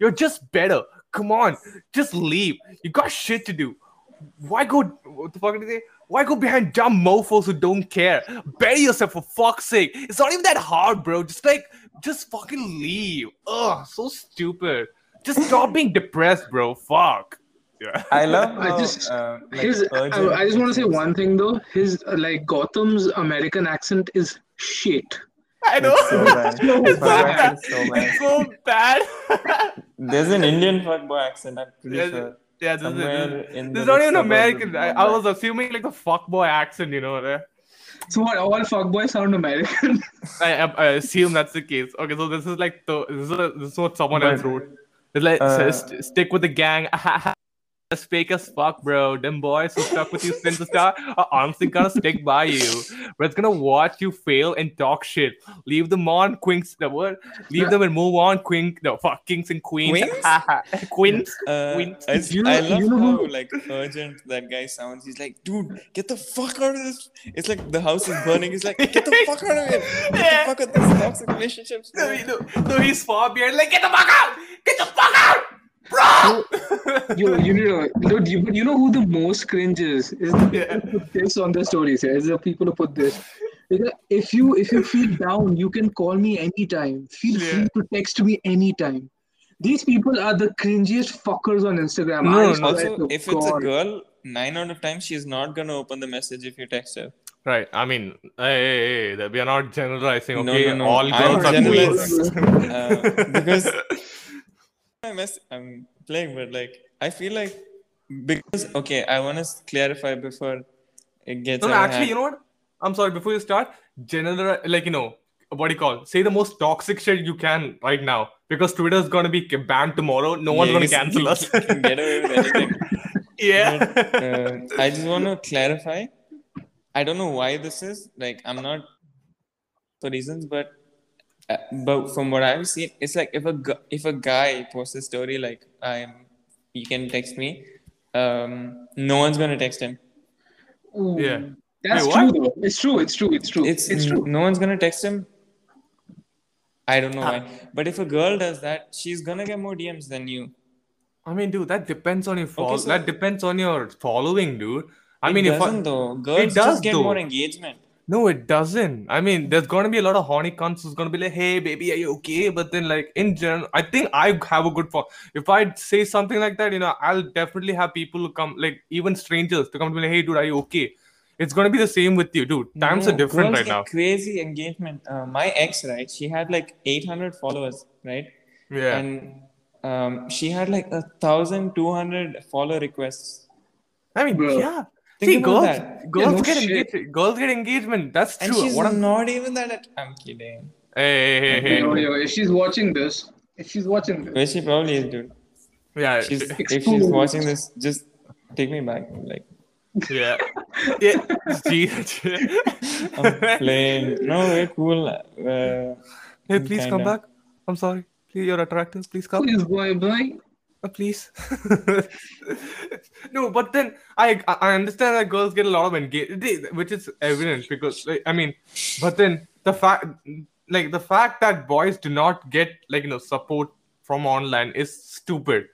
you're just better. Come on, just leave. You got shit to do why go what the fuck did he say? Why go behind dumb mofos who don't care? Bury yourself for fuck's sake. It's not even that hard, bro. Just like just fucking leave. Ugh, so stupid. Just stop being depressed, bro. Fuck. Yeah.
I love.
I
how,
just-
uh, like,
His, I,
urgent
I just want to say
it is.
one thing though. His uh, like Gotham's American accent is shit.
I know.
It's so bad.
It's so
Fuckboy
bad.
accent is so bad.
It's so bad.
There's an Indian fuckboy accent. I'm pretty
There's-
sure.
yeah, this is,
Somewhere
this,
in
this is
the
not even
suburbs of
American. I, I
Mumbai.
was assuming like the fuckboy accent, you know. right?
So what? All fuckboys sound American.
I, I, I assume that's the case. Okay, so this is like the this is, a, this is what someone else
But-
wrote. It's like
Uh,
says, "St- stick with the gang. That's fake as fuck, bro. Them boys who stuck with you since the start are honestly gonna stick by you. But it's gonna watch you fail and talk shit. Leave them on, quinks. The word. Leave them and move on, quink. No, fuck, kings and queens. Quinks.
Uh,
Quint.
it's-
You know-
I love
you know
how
who-
like urgent that guy sounds. He's like, dude, get the fuck out of this. It's like the house is burning. He's like, get the fuck out of here. Get
Yeah.
the fuck out of these toxic relationships.
No,
man."
he- no, no, he's far behind. Like, get the fuck out! Get the fuck out! Bro!
Yo, you know, dude, you, you know who the most cringe is? Is the people
Yeah.
who put this on their stories. Yeah? Is the people who put this. Because If you if you feel down, you can call me anytime. Feel
Yeah.
free to text me anytime. These people are the cringiest fuckers on Instagram.
No,
I
no.
swear
Also,
to
if it's a
God.
girl, nine out of ten, she's not gonna open the message if you text her.
right, I mean, hey, hey, hey, that we are not generalizing,
No,
okay?
no, no.
All
I'm
girls are
generalizing.
queens.
Uh, because I mess, I'm playing, but like I feel like because okay, I want to clarify before it gets.
No, no,
out of
actually, you
hand.
know what? I'm sorry, before you start, general, like, you know, what do you call? Say the most toxic shit you can right now because Twitter's gonna be ca- banned tomorrow. No one's
Yeah,
gonna
you s-
cancel us.
you can get away with anything.
yeah.
Uh, I just want to clarify. I don't know why this is. Like, I'm not for reasons, but uh, but from what I've seen, it's like if a gu- if a guy posts a story like I'm, you can text me. Um, no one's gonna text him.
Ooh,
Yeah.
That's
Wait,
true.
what?
Though. It's true. It's true. It's true.
It's
It's true.
no one's gonna text him. I don't know
Ah.
why, but if a girl does that, she's gonna get more DMs than you.
I mean, dude, that depends on your follow.
so-
that depends on your following, dude. I
It
mean, if I,
doesn't though. Girls
does,
just get
though.
more engagement.
No, it doesn't. I mean, there's gonna be a lot of horny cunts who's gonna be like, "Hey, baby, are you okay?" But then, like in general, I think I have a good for. If I say something like that, you know, I'll definitely have people who come, like even strangers, to come to me like, "Hey, dude, are you okay?" It's gonna be the same with you, dude. Times
No,
are different
girls
right
get
now.
Crazy engagement. Uh, my ex, right? She had like 800 followers, right?
Yeah,
And um, she had like a thousand two hundred follow requests.
I mean,
Bro.
yeah.
Think
See,
about
girls,
that.
girls
Yeah, no
get
shit.
engagement. Girls get engagement. That's
And
true.
she's
What I'm...
not even that. At- I'm kidding.
Hey, hey, hey,
Yo,
hey.
yo, if she's watching this, if she's watching this,
Well, she probably is, dude.
Yeah,
She's, if she's
Exposed.
watching this, just take me back. Like
yeah, yeah. Gee.
I'm playing. No, we're cool. Uh,
Hey, please come
Kinda.
back. I'm sorry. Please, you're attractive. Please come.
please, boy, boy.
Uh, Please. no, but then I I I understand that girls get a lot of engagement, which is evident because like, I mean, but then the fact like the fact that boys do not get like you know support from online is stupid.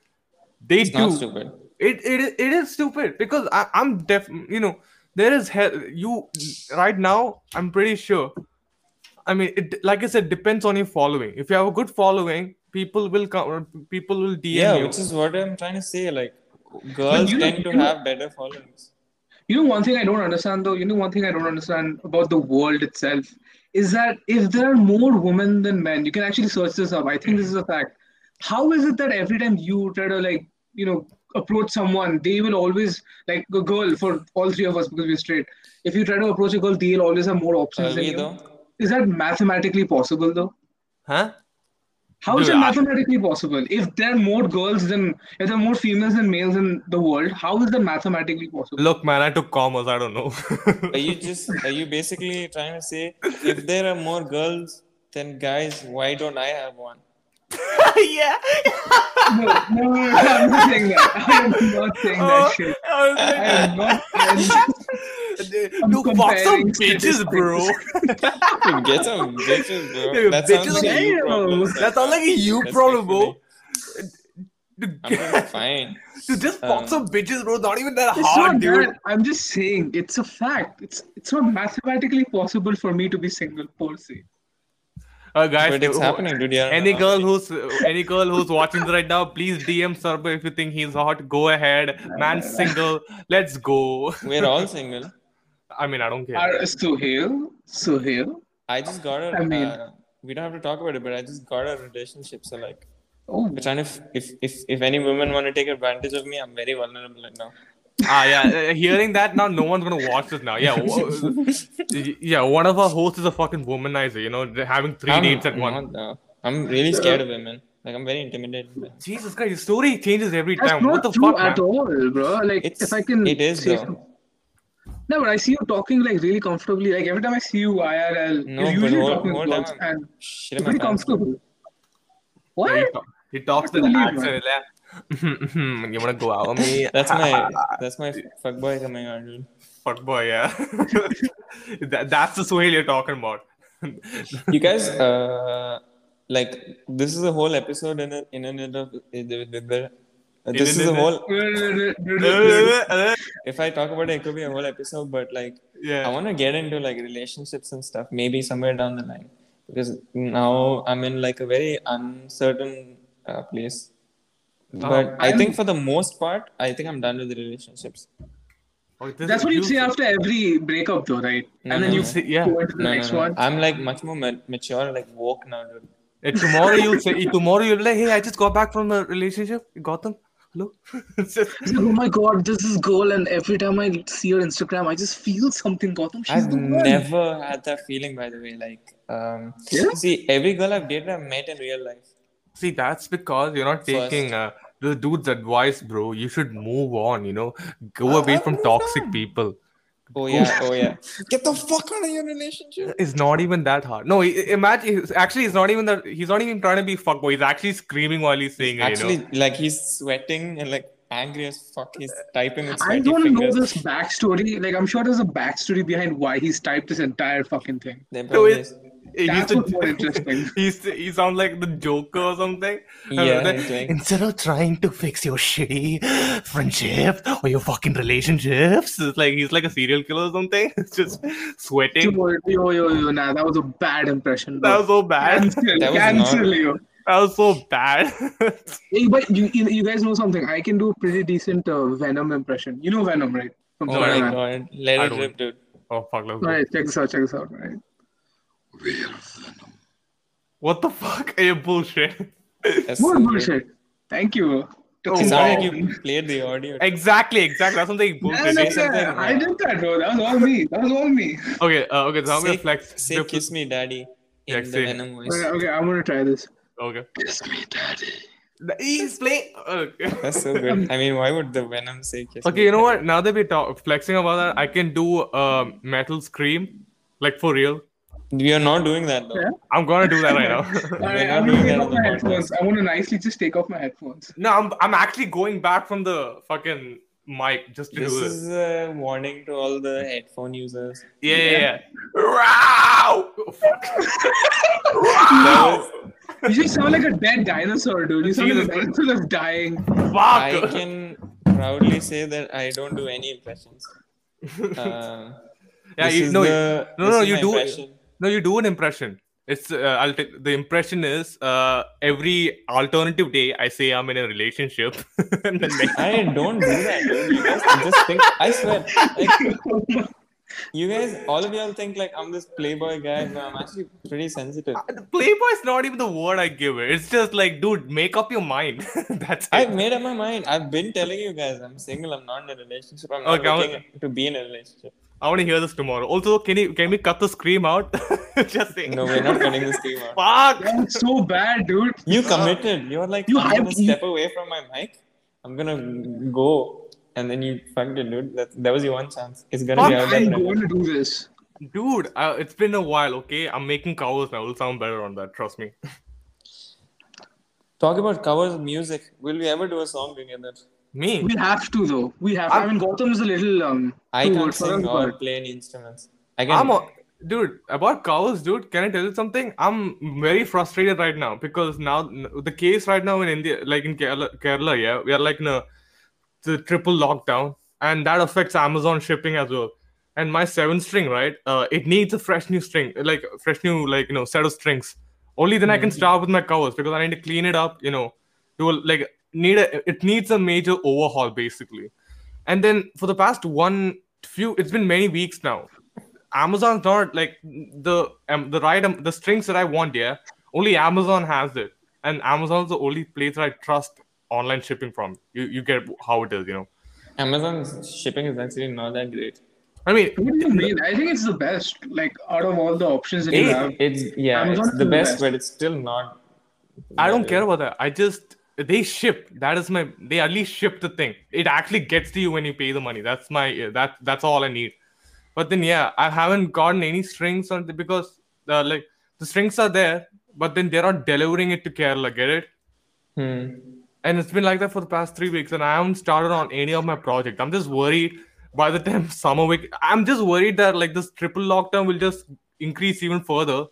They
it's
do
not stupid.
it it is- it is stupid because I, I'm def you know there is hell you right now I'm pretty sure I mean it like I said depends on your following if you have a good following people will come people will DM
Yeah,
you
which is what I'm trying to say. Like girls
you-
tend to
you-
have better followers.
You know, one thing I don't understand, though, you know, one thing I don't understand about the world itself is that if there are more women than men, you can actually search this up. I think this is a fact. How is it that every time you try to, like, you know, approach someone, they will always, like, a girl for all three of us because we're straight, if you try to approach a girl, they'll always have more options
Are
than
we
you.
though?
Is that mathematically possible, though?
huh
How is
Dude,
it
I-
mathematically possible? If there are more girls than, if there are more females than males in the world, how is that mathematically possible?
look man I took commerce I don't know
Are you just are you basically trying to say if there are more girls than guys, why don't I have one?
yeah
no, no, no, no, I'm not saying that. I'm not saying
Oh,
that shit. I am not. I am,
Dude, fuck some
comparing
bitches, bro.
Dude, Get some bitches, bro.
Dude,
That sounds
bitches
like a you
are-
problem.
Damn.
That sounds like a you problem, bro.
I'm doing fine.
Dude, just
Uh,
fuck some bitches, bro. Not even that
it's
hard,
not
dude.
that. I'm just saying it's a fact. It's it's not mathematically possible for me to be single per se.
Uh, guys,
but it's
who-
happening, dude. Yeah. uh,
any girl who's any girl who's watching right now, please DM Sarba if you think he's hot. Go ahead, man's single. Let's go.
We're all single.
I mean, I don't care.
Are Suhail, Suhail.
I just got a.
I mean-
uh, we don't have to talk about it, but I just got a relationship. So like,
Oh,
but trying if if if if any women want to take advantage of me, I'm very vulnerable right now.
ah, yeah. uh, Hearing that now, no one's gonna watch this now. Yeah, wo- yeah. One of our hosts is a fucking womanizer. You know, they're having three
I'm
dates at once.
not, uh, I'm really scared of women. Like I'm very intimidated. by them.
Jesus Christ, the story changes every
that's
time.
not
What the
true
fuck,
at
man?
all, bro. Like,
It's
if I can,
it is
say
though.
some- no, but I see you talking like really comfortably. Like every time I see you IRL,
No,
you're
but
usually
whole-
talking
whole
blocks
time I'm-
and
Shit in my
pretty
pants.
comfortable. What?
Yeah, he, talk- he talks with
Believe
accent. like, you wanna go out with me?
That's my that's my fuckboy coming out, dude.
Fuck boy, yeah. that, that's the Suhail you're talking about.
You guys, uh, like this is a whole episode in a, in and of this is a whole. If I talk about it, it could be a whole episode. But like, I
yeah.
want to get into like relationships and stuff. Maybe somewhere down the line, because now I'm in like a very uncertain uh, place. But I think for the most part, I think I'm done with the relationships.
Oh, this
That's
is
what you say
beautiful.
after every breakup, though, right?
No,
and then
no,
you
no.
Say- yeah.
go into
Mm-hmm.
the
No, no,
next
no.
one.
I'm like much more ma- mature, like woke now, dude.
Uh, tomorrow you'll say tomorrow you'll be like, hey, I just got back from a relationship. Gotham. Hello. It's just-
He's like, oh my god, this is goal, and every time I see your Instagram, I just feel something, Gotham. She's
I've
the one.
never had that feeling, by the way. Like, um,
Yeah?
see, every girl I've dated, I've met in real life.
See, that's because you're not
First.
taking uh, the dude's advice, bro. You should move on. You know, go
I-
away
I've
from
moved
toxic
on.
people.
Oh yeah, oh yeah. Get the fuck out of your relationship.
It's not even that hard. No, i- i- imagine. it's- Actually, it's not even that. He's not even trying to be fuckboy. He's actually screaming while he's saying it.
Actually,
You know.
like he's sweating and like angry as fuck. He's typing with
I
sweaty
don't know
fingers.
this backstory. Like, I'm sure there's a backstory behind why he's typed this entire fucking thing.
There
So
probably
it's,
is.
he used
That's
to-
what's more interesting.
He's he sounds like the Joker or something.
Yeah,
Like,
he's like-
instead of trying to fix your shitty friendship or your fucking relationships, it's like he's like a serial killer or something. It's just
Yo,
sweating.
yo, yo, yo, nah, that was a bad impression.
That
bro.
was so bad.
Cancel,
That was
cancel,
not-
Leo.
That was so bad.
Hey, but you, you, you guys know something. I can do a pretty decent uh, Venom impression. You know Venom, right? From
Oh my
Spider-Man.
god, let
I
it
don't-
rip, dude.
oh fuck! let's go.
All right, check this out. Check this out. Right.
What the fuck? Hey, bullshit.
That's
More
so good.
bullshit. Thank you. Took
Oh,
some
It sounded like
time.
you played the audio.
Exactly, exactly. That's something
Yeah,
bullshit.
yeah,
say something,
yeah, I
yeah.
did that, bro. That was all me. That was all me.
Okay, uh, okay. So I'm
Say,
gonna flex.
say kiss me, daddy. In
Yeah,
the
say-
Venom voice.
Okay, okay, I'm gonna try this.
Okay.
Kiss me, daddy.
He's playing. Okay.
That's so good. I mean, why would the Venom say kiss me?
Okay, you know what? Now that we're talk- flexing about that, I can do um, metal scream, like for real.
We are not doing that though.
Yeah.
I'm gonna do that right now.
All
We're
right,
not
I'm gonna
doing
take
that
off
on the
my
podcast.
headphones. I want to nicely just take off my headphones.
no, I'm I'm actually going back from the fucking mic just to
This
do this.
is a warning to all the headphone users.
Yeah, yeah, yeah. Wow!
That was-
You just sound like a dead dinosaur, dude. You sound like a
Jesus.
dinosaur that's dying.
I
Fuck!
can proudly say that I don't do any impressions. Uh,
Yeah,
this
you
is
no,
the-
no,
this
no,
is
you
my
do-
impression.
no, you do an impression. It's uh, I'll take the impression is uh, every alternative day I say I'm in a relationship. and then next-
I don't do that. Dude. You guys just think. I swear. Like, you guys, all of y'all think like I'm this playboy guy, but I'm actually pretty sensitive.
Playboy is not even the word I give it. It's just like, dude, make up your mind. That's it.
I've made up my mind. I've been telling you guys I'm single. I'm not in a relationship. I'm not
Okay, I'm-
looking to be in a relationship.
I want to hear this tomorrow. Also, can you can we cut the scream out? Just saying.
No, we're not cutting this team out.
Fuck.
That was so bad, dude.
You committed. You're like,
You
I'm
have-
gonna
you-
step away from my mic. I'm gonna go, and then you fucked it, dude. That, that was your one chance. It's gonna
Fuck,
be out there
I'm
forever.
going to do this.
Dude, I, it's been a while, okay? I'm making covers now. It'll sound better on that, trust me.
Talk about covers of music. Will we ever do a song together?
Me?
We have to, though. We have. To. I mean, Gotham is a little um.
I
too
can't
good for us,
sing or
but-
play any instruments. I can.
I'm a, dude, about covers, dude, can I tell you something? I'm very frustrated right now because now the case right now in India, like in Kerala, Kerala yeah, we are like in a the triple lockdown and that affects Amazon shipping as well. And my seven string, right? Uh, it needs a fresh new string, like fresh new, like you know, set of strings Only then I can start with my covers because I need to clean it up. You know, do a, like need a, it needs a major overhaul basically. And then for the past one few, it's been many weeks now. Amazon's not like the um, the right um, the strings that I want. Yeah, only Amazon has it, and Amazon's the only place that I trust online shipping from. You you get how it is, you know.
Amazon's shipping is actually not that great.
I mean,
What do you mean? I think it's the best. Like out of all the options that you
Hey,
have,
It's yeah,
Amazon
it's the
is
best,
best.
but it's still not.
I don't care about that. I just they ship. That is my. They at least ship the thing. It actually gets to you when you pay the money. That's my. That that's all I need. But then yeah, I haven't gotten any strings on the, because uh, like the strings are there, but then they're not delivering it to Kerala. Get it?
Hmm.
And it's been like that for the past three weeks, and I haven't started on any of my projects. I'm just worried by the time summer week, I'm just worried that like this triple lockdown will just increase even further,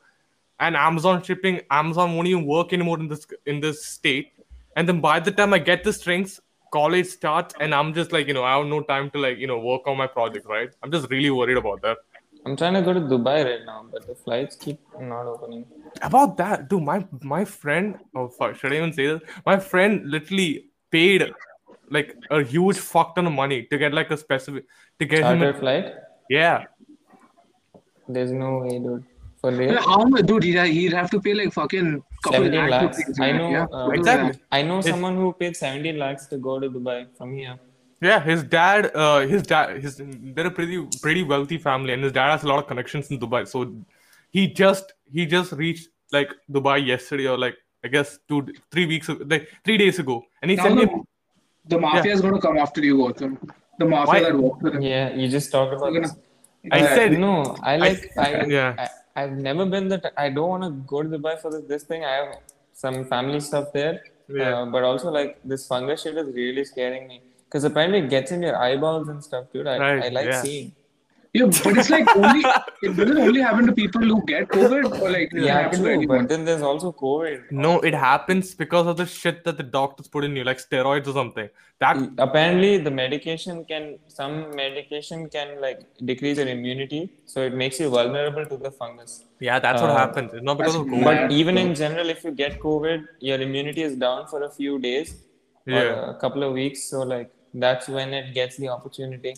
and Amazon shipping, Amazon won't even work anymore in this in this state. And then by the time I get the strings, college starts, and I'm just like you know I have no time to like you know work on my project, right? I'm just really worried about that.
I'm trying to go to Dubai right now, but the flights keep not opening.
about that dude my my friend oh fuck should i even say this my friend literally paid like a huge fuck ton of money to get like a specific to get him
Charter
a,
flight?
yeah
There's no way, dude. For
Yeah,
real.
how much, dude? He'd, he'd have to pay like fucking couple
17
lakh to
lakhs.
pay
I
that,
know,
yeah.
uh,
Couple
Exactly.
lakh.
I know someone who paid 17 lakhs to go to Dubai from here.
yeah his dad uh his dad his they're a pretty pretty wealthy family and his dad has a lot of connections in dubai so he just he just reached like dubai yesterday or like i guess two three weeks ago like three days ago and he
Now
sent me
the, the mafia is going to come after you, Gotham. The mafia
Why?
that works with him.
Yeah, you just talked about
You're
this.
I
Uh,
said-
no. I like. I,
Yeah.
I, I've never been that. I don't want to go to Dubai for this, this thing. I have some family stuff there.
Yeah.
Uh, but also like this fungus shit is really scaring me because apparently it gets in your eyeballs and stuff, dude. I,
Right,
I like
yeah.
seeing.
Yeah, but it's like only it doesn't only happen to people who get COVID or like it doesn't
Yeah,
happen to
true.
anyone.
But then there's also COVID.
no it happens because of the shit that the doctors put in you like steroids or something that
apparently the medication can some medication can like decrease your immunity so it makes you vulnerable to the fungus
Yeah, that's what
Uh,
happens. It's not because of
that's-
COVID.
but
Yeah.
even in general if you get covid your immunity is down for a few days or
Yeah.
a couple of weeks so like that's when it gets the opportunity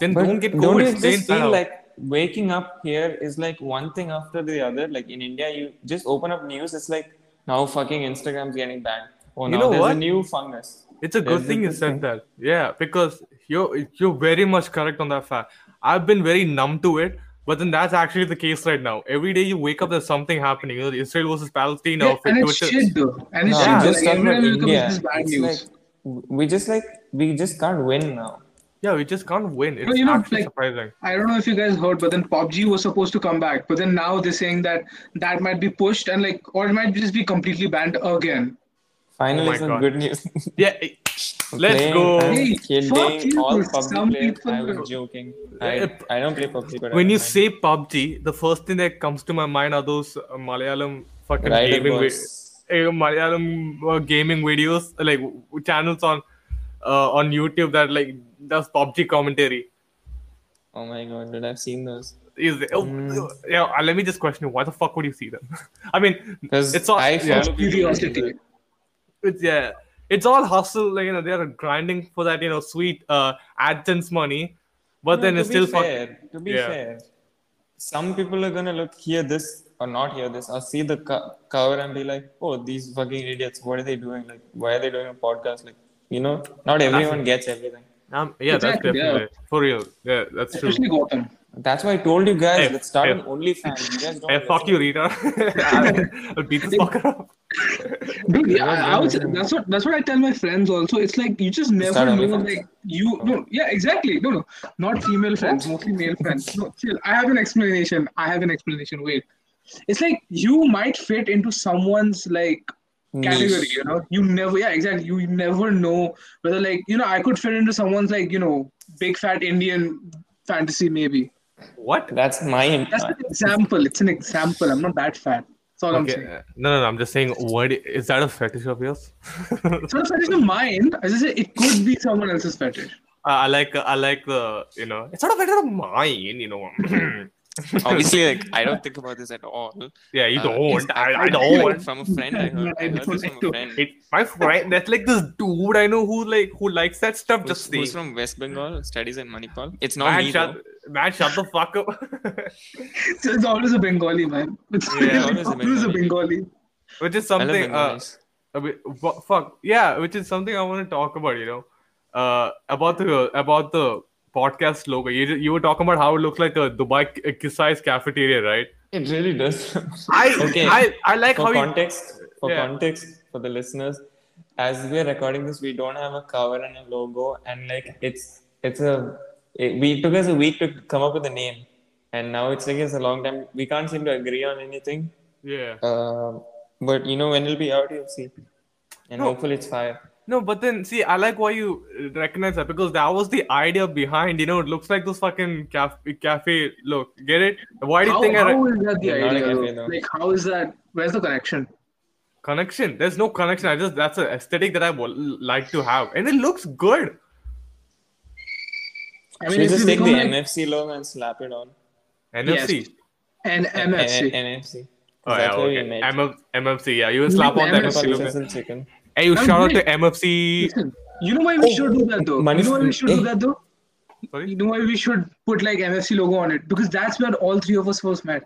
then
but
don't get
don't you
COVID. Stay
just
inside.
feel
out.
like waking up here is like one thing after the other like in india you just open up news it's like now fucking instagram's getting banned oh
You
now
know
there's a
what?
new fungus
it's a good
there's
thing you
this
said that. Yeah, because you're you're very much correct on that fact. I've been very numb to it, but then that's actually the case right now. Every day you wake up, there's something happening. You know, Israel versus Palestine.
Yeah,
or
and it's
Twitter-
shit though. And it's
No,
Yeah,
I'm
shit. though.
just
Like,
talking
everyone
about
will come with
India.
this bad
It's
news.
like we just like we just can't win now.
Yeah, we just can't win. It's
you know,
actually
like-
surprising.
I don't know if you guys heard, but then PUBG was supposed to come back, but then now they're saying that that might be pushed and like, or it might just be completely banned again.
Finally,
Oh my
some
God.
good news.
Yeah, it- let's
Playing
go.
and
Hey, fuck
killing
you,
all
some
PUBG players.
people
I was
will-
joking. I,
Yep.
I don't play PUBG, but I
Uh, When you
don't
say PUBG, the first thing that comes to my mind are those uh, Malayalam fucking
mind. Rider
gaming.
Boys.
vi- uh, Malayalam uh, gaming videos, like w- w- channels on uh, on YouTube that like does PUBG commentary.
Oh my god, dude! I've seen those.
Is oh, yeah. uh, Let me just question you: Why the fuck would you see them? I mean,
Because
it's all
I
yeah,
follow people on
Curiosity.
Twitter.
it's, yeah, it's all hustle. Like you know, they are grinding for that you know sweet uh AdSense money, but
No,
then
to
it's
be
still fuck-
fair, to be
Yeah.
fair, some people are gonna look hear this or not hear this or see the co- cover and be like, "Oh, these fucking idiots! What are they doing? Like, why are they doing a podcast? Like, you know, not everyone gets everything."
Um, yeah,
Exactly,
that's
yeah.
definitely for real. Yeah, that's true.
Especially Gotham.
That's why I told you guys,
Hey,
let's start
hey.
an OnlyFans. You guys don't
Hey, fuck
listen.
you, Rita. I'll, I'll beat this fucker up.
Dude, yeah, I, I would say that's what that's what I tell my friends also. It's like you just never
Start
know,
only friends.
like you no, yeah, exactly. No, no, not female friends, mostly male friends. No, chill. I have an explanation. I have an explanation. Wait, it's like you might fit into someone's like category.
Niche.
You know, you never, yeah, exactly. You never know whether like you know I could fit into someone's like you know big fat Indian fantasy maybe.
What?
That's my
That's an example. It's an example. I'm not that fat. That's all I'm
Okay.
saying.
uh, No, no, no. I'm just saying, what is that a fetish of yours? Uh,
It's not a fetish of mine. I just say it could be someone else's fetish.
I I like I like the you know it's not a matter of mine you know
Obviously, like I don't think about this at all.
Yeah, you
Uh,
don't.
it's-
I, I
heard this
don't.
From a friend, I heard, I
I
heard this from a
don't.
friend.
It, my friend, that's like this dude I know who like who likes that stuff.
Who's,
Just
who's
saying.
from West Bengal, studies in Manipal. It's not
Man,
me.
shut,
though.
man, shut the fuck up.
It's, it's always a Bengali man. It's
Yeah,
always,
always a
a Bengali.
Which is
I love
something. Uh,
Bengalis.
a bit, wha- fuck yeah which is something i want to talk about you know uh about the about the podcast logo you, you were talking about how it looks like a dubai k- size cafeteria right
It really does.
i
Okay.
i, I like
for
how you
context, for
Yeah.
context, for the listeners, as we are recording this, we don't have a cover and a logo, and like it's it's a it, we took us a week to come up with a name, and now it's like it's a long time. We can't seem to agree on anything.
yeah
Um, but you know when it'll be out, you'll see, and
No.
hopefully it's fire.
no but then see i like why you uh, recognize that because that was the idea behind you know it looks like this fucking cafe cafe look get it why do you
How,
think i re-
how is that the
Yeah, not
idea?
like
though?
Indian, though.
Like, how is that? Where's the connection?
connection there's no connection i just that's an aesthetic that i would like to have and it looks good
I
Should we
if
just
you
take the
become, like,
MFC logo and slap it on
nfc
an MFC.
N- NFC.
Oh,
that's
yeah,
what we
okay.
made.
MF- MFC, yeah. You slap on the
MFC.
MFC.
Republicans
logo.
and chicken.
Hey, you
That was
shout out to
great.
MFC.
Listen, you know why we
Oh,
should do that though?
Manif-
you know why we should do
eh.
that though? You
Sorry?
know why we should put like MFC logo on it? Because that's where all three of us first met.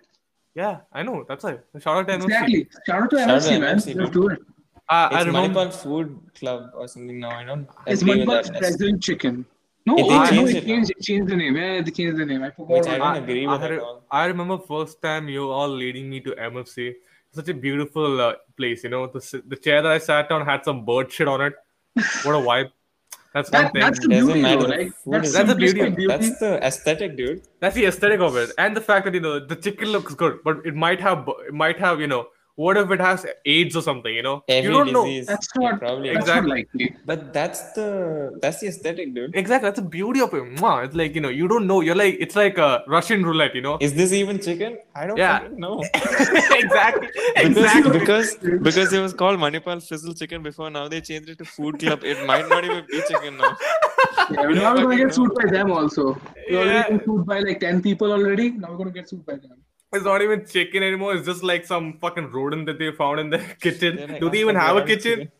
Yeah, I know. That's right. Shout out to MFC.
Exactly. Shout out to
Shout out
MFC,
to
man.
MFC,
Let's
dude.
do it.
Uh, I, I
It's
remember.
Manipal Food Club or something now. I don't
It's
agree with
Manipal's
that.
President Chicken. No,
They
oh, I know
changed
it
it now.
changed, it changed the name. Yeah, they changed the name. I forgot.
Which
about
I
that.
don't agree with
I,
that
re-
at all.
I remember first time you all leading me to MFC. Such a beautiful uh, place, you know. The, s- the chair that I sat on had some bird shit on it. What a vibe. That's one
That,
thing.
that's
That's,
the
Doesn't
beauty, though,
matter.
right?
Food is-
That's the
simplistic
beauty of-
That's the aesthetic, dude.
the aesthetic of it, and the fact that you know the chicken looks good, but it might have, bu- it might have, you know, what if it has AIDS or something, you know? you
Every
don't know.
disease.
That's
yeah,
not,
probably.
that's
Exactly.
not likely.
But that's the that's the aesthetic, dude.
Exactly, that's the beauty of it. Mwah. It's like you know, you don't know. You're like it's like a Russian roulette, you know.
Is this even chicken? I don't
Yeah.
fucking know.
exactly,
Because,
exactly.
because because it was called Manipal Frizzle Chicken before. Now they changed it to Food Club. It might not even be chicken now.
Yeah, we're now we're going to
fucking
get sued by them also. We already
Yeah.
got sued by like 10 people already. Now we're going to get sued by them.
It's not even chicken anymore. It's just like some fucking rodent that they found in the kitchen.
They're like,
Do they
"Ah,
even
fuck,
have a
we're having
kitchen?
chicken."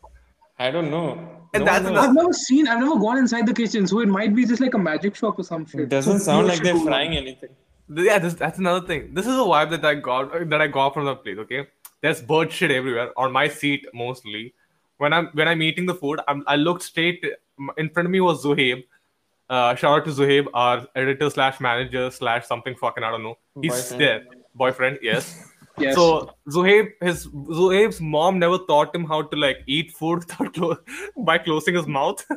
I don't know.
And
No one
that's
knows.
another-
I've never seen, I've never gone inside the kitchen, so it might be just like a magic shop or some shit.
It doesn't sound like they're
should-
frying anything.
Yeah, this, that's another thing. This is a vibe that I got that I got from the place. Okay, there's bird shit everywhere on my seat mostly. When I'm when I'm eating the food, I'm, I looked straight. In front of me was Zuhaib. Uh, shout out to Zuhaib, our editor slash manager slash something fucking I don't know. He's
Boyfriend.
there, boyfriend. Yes.
Yes.
So Zuhaib, his Zuhaib's mom never taught him how to like eat food without clo- by closing his mouth.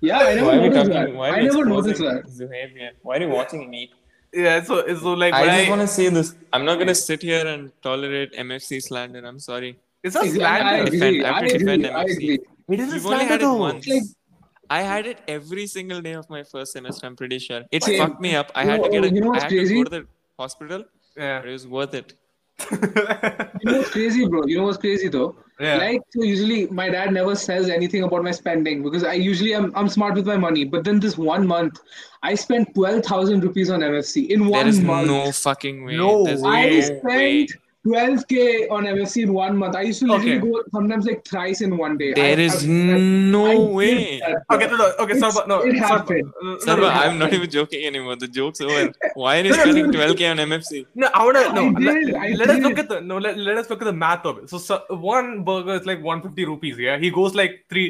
yeah, I
Why
never
are we
noticed
talking?
that.
Why are
I
we
never noticed
exposing
that.
Zuhaib here? Why are you watching me?
yeah, so it's so like
I
when
just
I-
want to say this. I'm not gonna sit here and tolerate MFC slander. I'm sorry.
it's not
Exactly, I
slander.
Defend-
agree.
I
I
have to defend
agree. I
MFC.
agree.
It is a
We've only
slander
had it
though.
once.
Like,
I had it every single day of my first semester. I'm pretty sure it
Same.
fucked me up. I
You
had to
know-
get. A,
you know
I
what's
had
crazy?
to go to the hospital,
Yeah.
but it was worth it.
You know what's crazy, bro? You know what's crazy though?
Yeah.
Like, so usually my dad never says anything about my spending because I usually am I'm smart with my money. But then this one month, I spent twelve thousand rupees on MFC in one
There is
month.
no fucking way.
No
There's
I
way.
spent twelve k on MFC in one month. I used to literally
Okay.
go sometimes like thrice in one day.
There
I-
is
I-
no
I did
way.
that, bro.
Okay, no, no, okay,
It's-
Sarba, no,
it
Sarba,
happened.
uh, no,
Sarva,
no, no,
I'm not even joking anymore. The joke's over. Why are you
No, no, no.
spending 12k on MFC?
no, I wanna no.
I did,
let,
I
let us
did.
look at the no. Let, let us look at the math of it. So, so one burger is like 150 rupees. Yeah, he goes like three,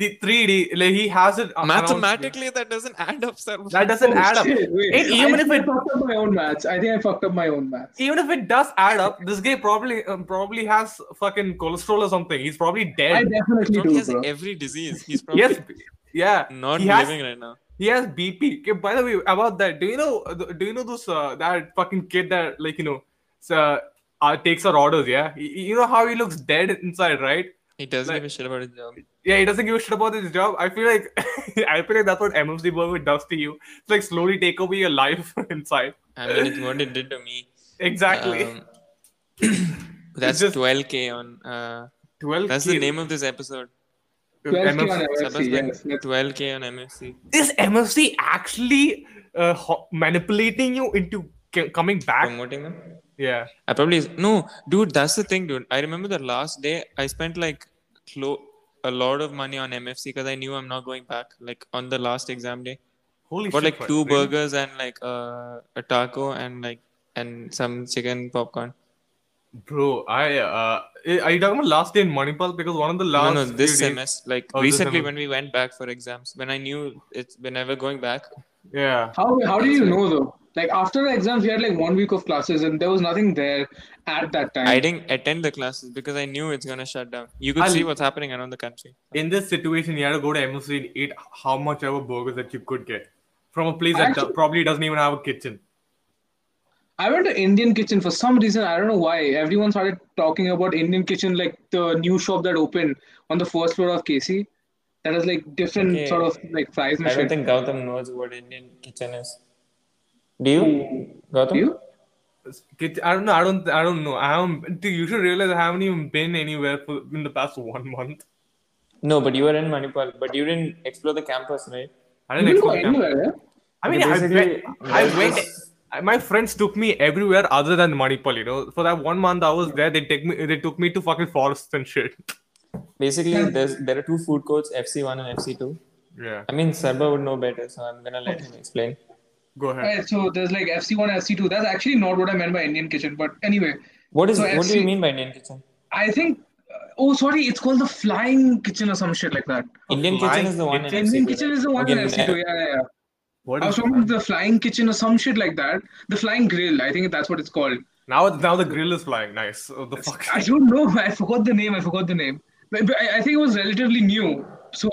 th- three D. Like he has it announced-
Mathematically, that doesn't add up, Sarva.
That doesn't
Oh,
add up.
shit, wait.
It- even
I
if
think
it
I fucked up my own maths. I think I fucked up my own maths.
even if it does add up, this guy probably um, probably has fucking cholesterol or something. He's probably
I
dead.
definitely
Probably
do,
has
bro.
every disease. He's probably
Yes, yeah.
not
he has
living right now.
he has BP. Okay, by the way, about that, do you know do you know those uh, that fucking kid that like you know uh, uh, takes our orders? Yeah, Y- you know how he looks dead inside, right?
He doesn't
Like-
give a shit about his job.
Yeah, he doesn't give a shit about his job. I feel like I feel like that's what MFC Burger does to you. It's like slowly take over your life inside.
I mean, it's what it did to me.
Exactly.
Um, that's
just-
12k on. Uh,
Twelve.
that's the name of this episode.
12K on
Sarva's
MFC,
been
yes. yes.
12k on MFC.
is MFC actually uh, ho- manipulating you into c- coming back.
promoting them.
Yeah,
I probably no, dude. That's the thing, dude. I remember the last day I spent like clo- a lot of money on MFC because I knew I'm not going back. Like on the last exam day,
holy
got
shit!
like
Fred,
two
really?
burgers and like uh, a taco and like and some chicken popcorn.
bro. I uh, eh, are you talking about last day in Manipal? Because one of the last
no, no, this
few days-
semester, like
Oh, this
recently
semester.
when we went back for exams, when I knew it's when I were going back,
Yeah,
How how do you know though? Like after the exams, we had like one week of classes, and there was nothing there at that time.
I didn't attend the classes because I knew it's gonna shut down. You could
I'll-
see what's happening around the country.
in this situation, you had to go to MSC and eat how much ever burgers that you could get from a place that
Actually-
probably doesn't even have a kitchen.
I went to Indian Kitchen for some reason. I don't know why. Everyone started talking about Indian Kitchen, like the new shop that opened on the first floor of KC. That has like different
Okay.
sort of like fries and
I don't
shit.
think Gautam knows what Indian kitchen is. Do you? Gautam?
Do you?
Kitchen, I don't know. I don't. I don't know. I haven't. Dude, you should realize I haven't even been anywhere for in the past one month.
No, but you were in Manipal, but you didn't explore the campus, right?
I
You
didn't
didn't go
expect that.
anywhere. eh?
I mean, I went,
Basically,
I
there's
went.
this-
I- My friends took me everywhere other than Manipal. You know, for that one month I was there, they take me. They took me to fucking forests and shit.
Basically, there's there are two food courts, FC1 and FC2.
Yeah,
I mean, Sarba would know better, so I'm gonna let him explain.
go ahead.
Right, so there's like FC1, FC2. That's actually not what I meant by Indian Kitchen, but anyway,
What is
So
what do you
FC
mean by Indian kitchen?
I think. Oh, sorry, it's called the Flying Kitchen or some shit like that.
Indian kitchen is the one
kitchen?
in FC2.
Indian Kitchen is the one in
Okay,
FC2. Yeah, yeah, yeah.
What
I was
is,
talking about the Flying Kitchen or some shit like that. The Flying Grill, I think that's what it's called.
now, now the grill is flying. Nice. Oh, the fuck.
I don't know. I forgot the name. I forgot the name. But, but I, I think it was relatively new. So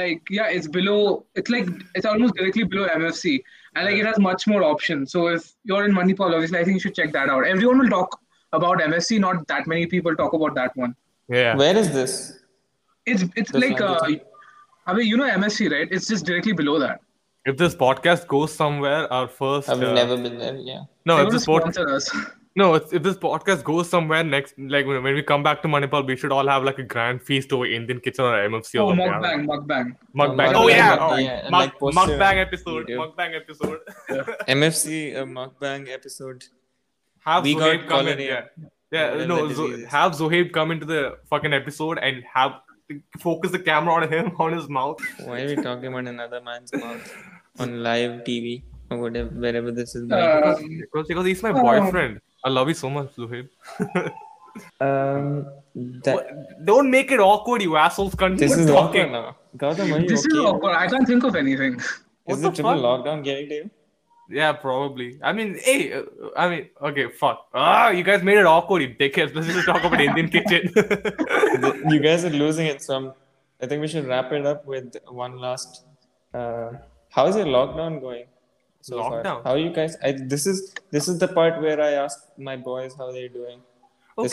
like yeah, it's below. It's like it's almost directly below MFC, and like it has much more options. So if you're in Manipal, obviously, I think you should check that out. Everyone will talk about MFC. Not that many people talk about that one.
Yeah.
Where is this?
It's it's
That's
like uh,
fine.
I mean you know MFC right? It's just directly below that.
If this podcast goes somewhere, our 1st
I've never been there. Yeah.
no, if
They're gonna
this pod-
sponsor us.
no, if, if this podcast goes somewhere next, like when when we come back to Manipal, we should all have like a grand feast over Indian kitchen or MFC or
Oh,
something.
mukbang, mukbang.
Mukbang.
Mukbang,
Oh yeah.
mukbang, yeah,
Oh,
and,
mug
like, post it
mukbang
on
episode.
YouTube.
Mukbang episode.
MFC uh, mukbang episode.
have
We got
Zohaib come in.
cholera.
Yeah, yeah.
Well,
no,
that
Zo-
disease.
have Zohaib come into the fucking episode and have focus the camera on him on his mouth.
Why are we talking about another man's mouth on live TV or whatever, wherever this is going?
Um,
Because, because he's my
Oh.
boyfriend. I love you so much, Zohaib.
Um, that,
Don't make it awkward, you assholes. Continue
this is
talking.
awkward now. Gautam, are you
this is
okay?
awkward. I can't think of anything.
What
Is
the
the triple
fuck?
lockdown getting to you?
Yeah, probably. I mean, hey, uh, I mean, okay, fuck. Ah, you guys made it awkward, you dickheads. Let's just talk about Indian kitchen.
The- you guys are losing it some i think we should wrap it up with one last uh, how's your lockdown going so
Lockdown?
far how you guys I, this is this is the part where i ask my boys how they're doing this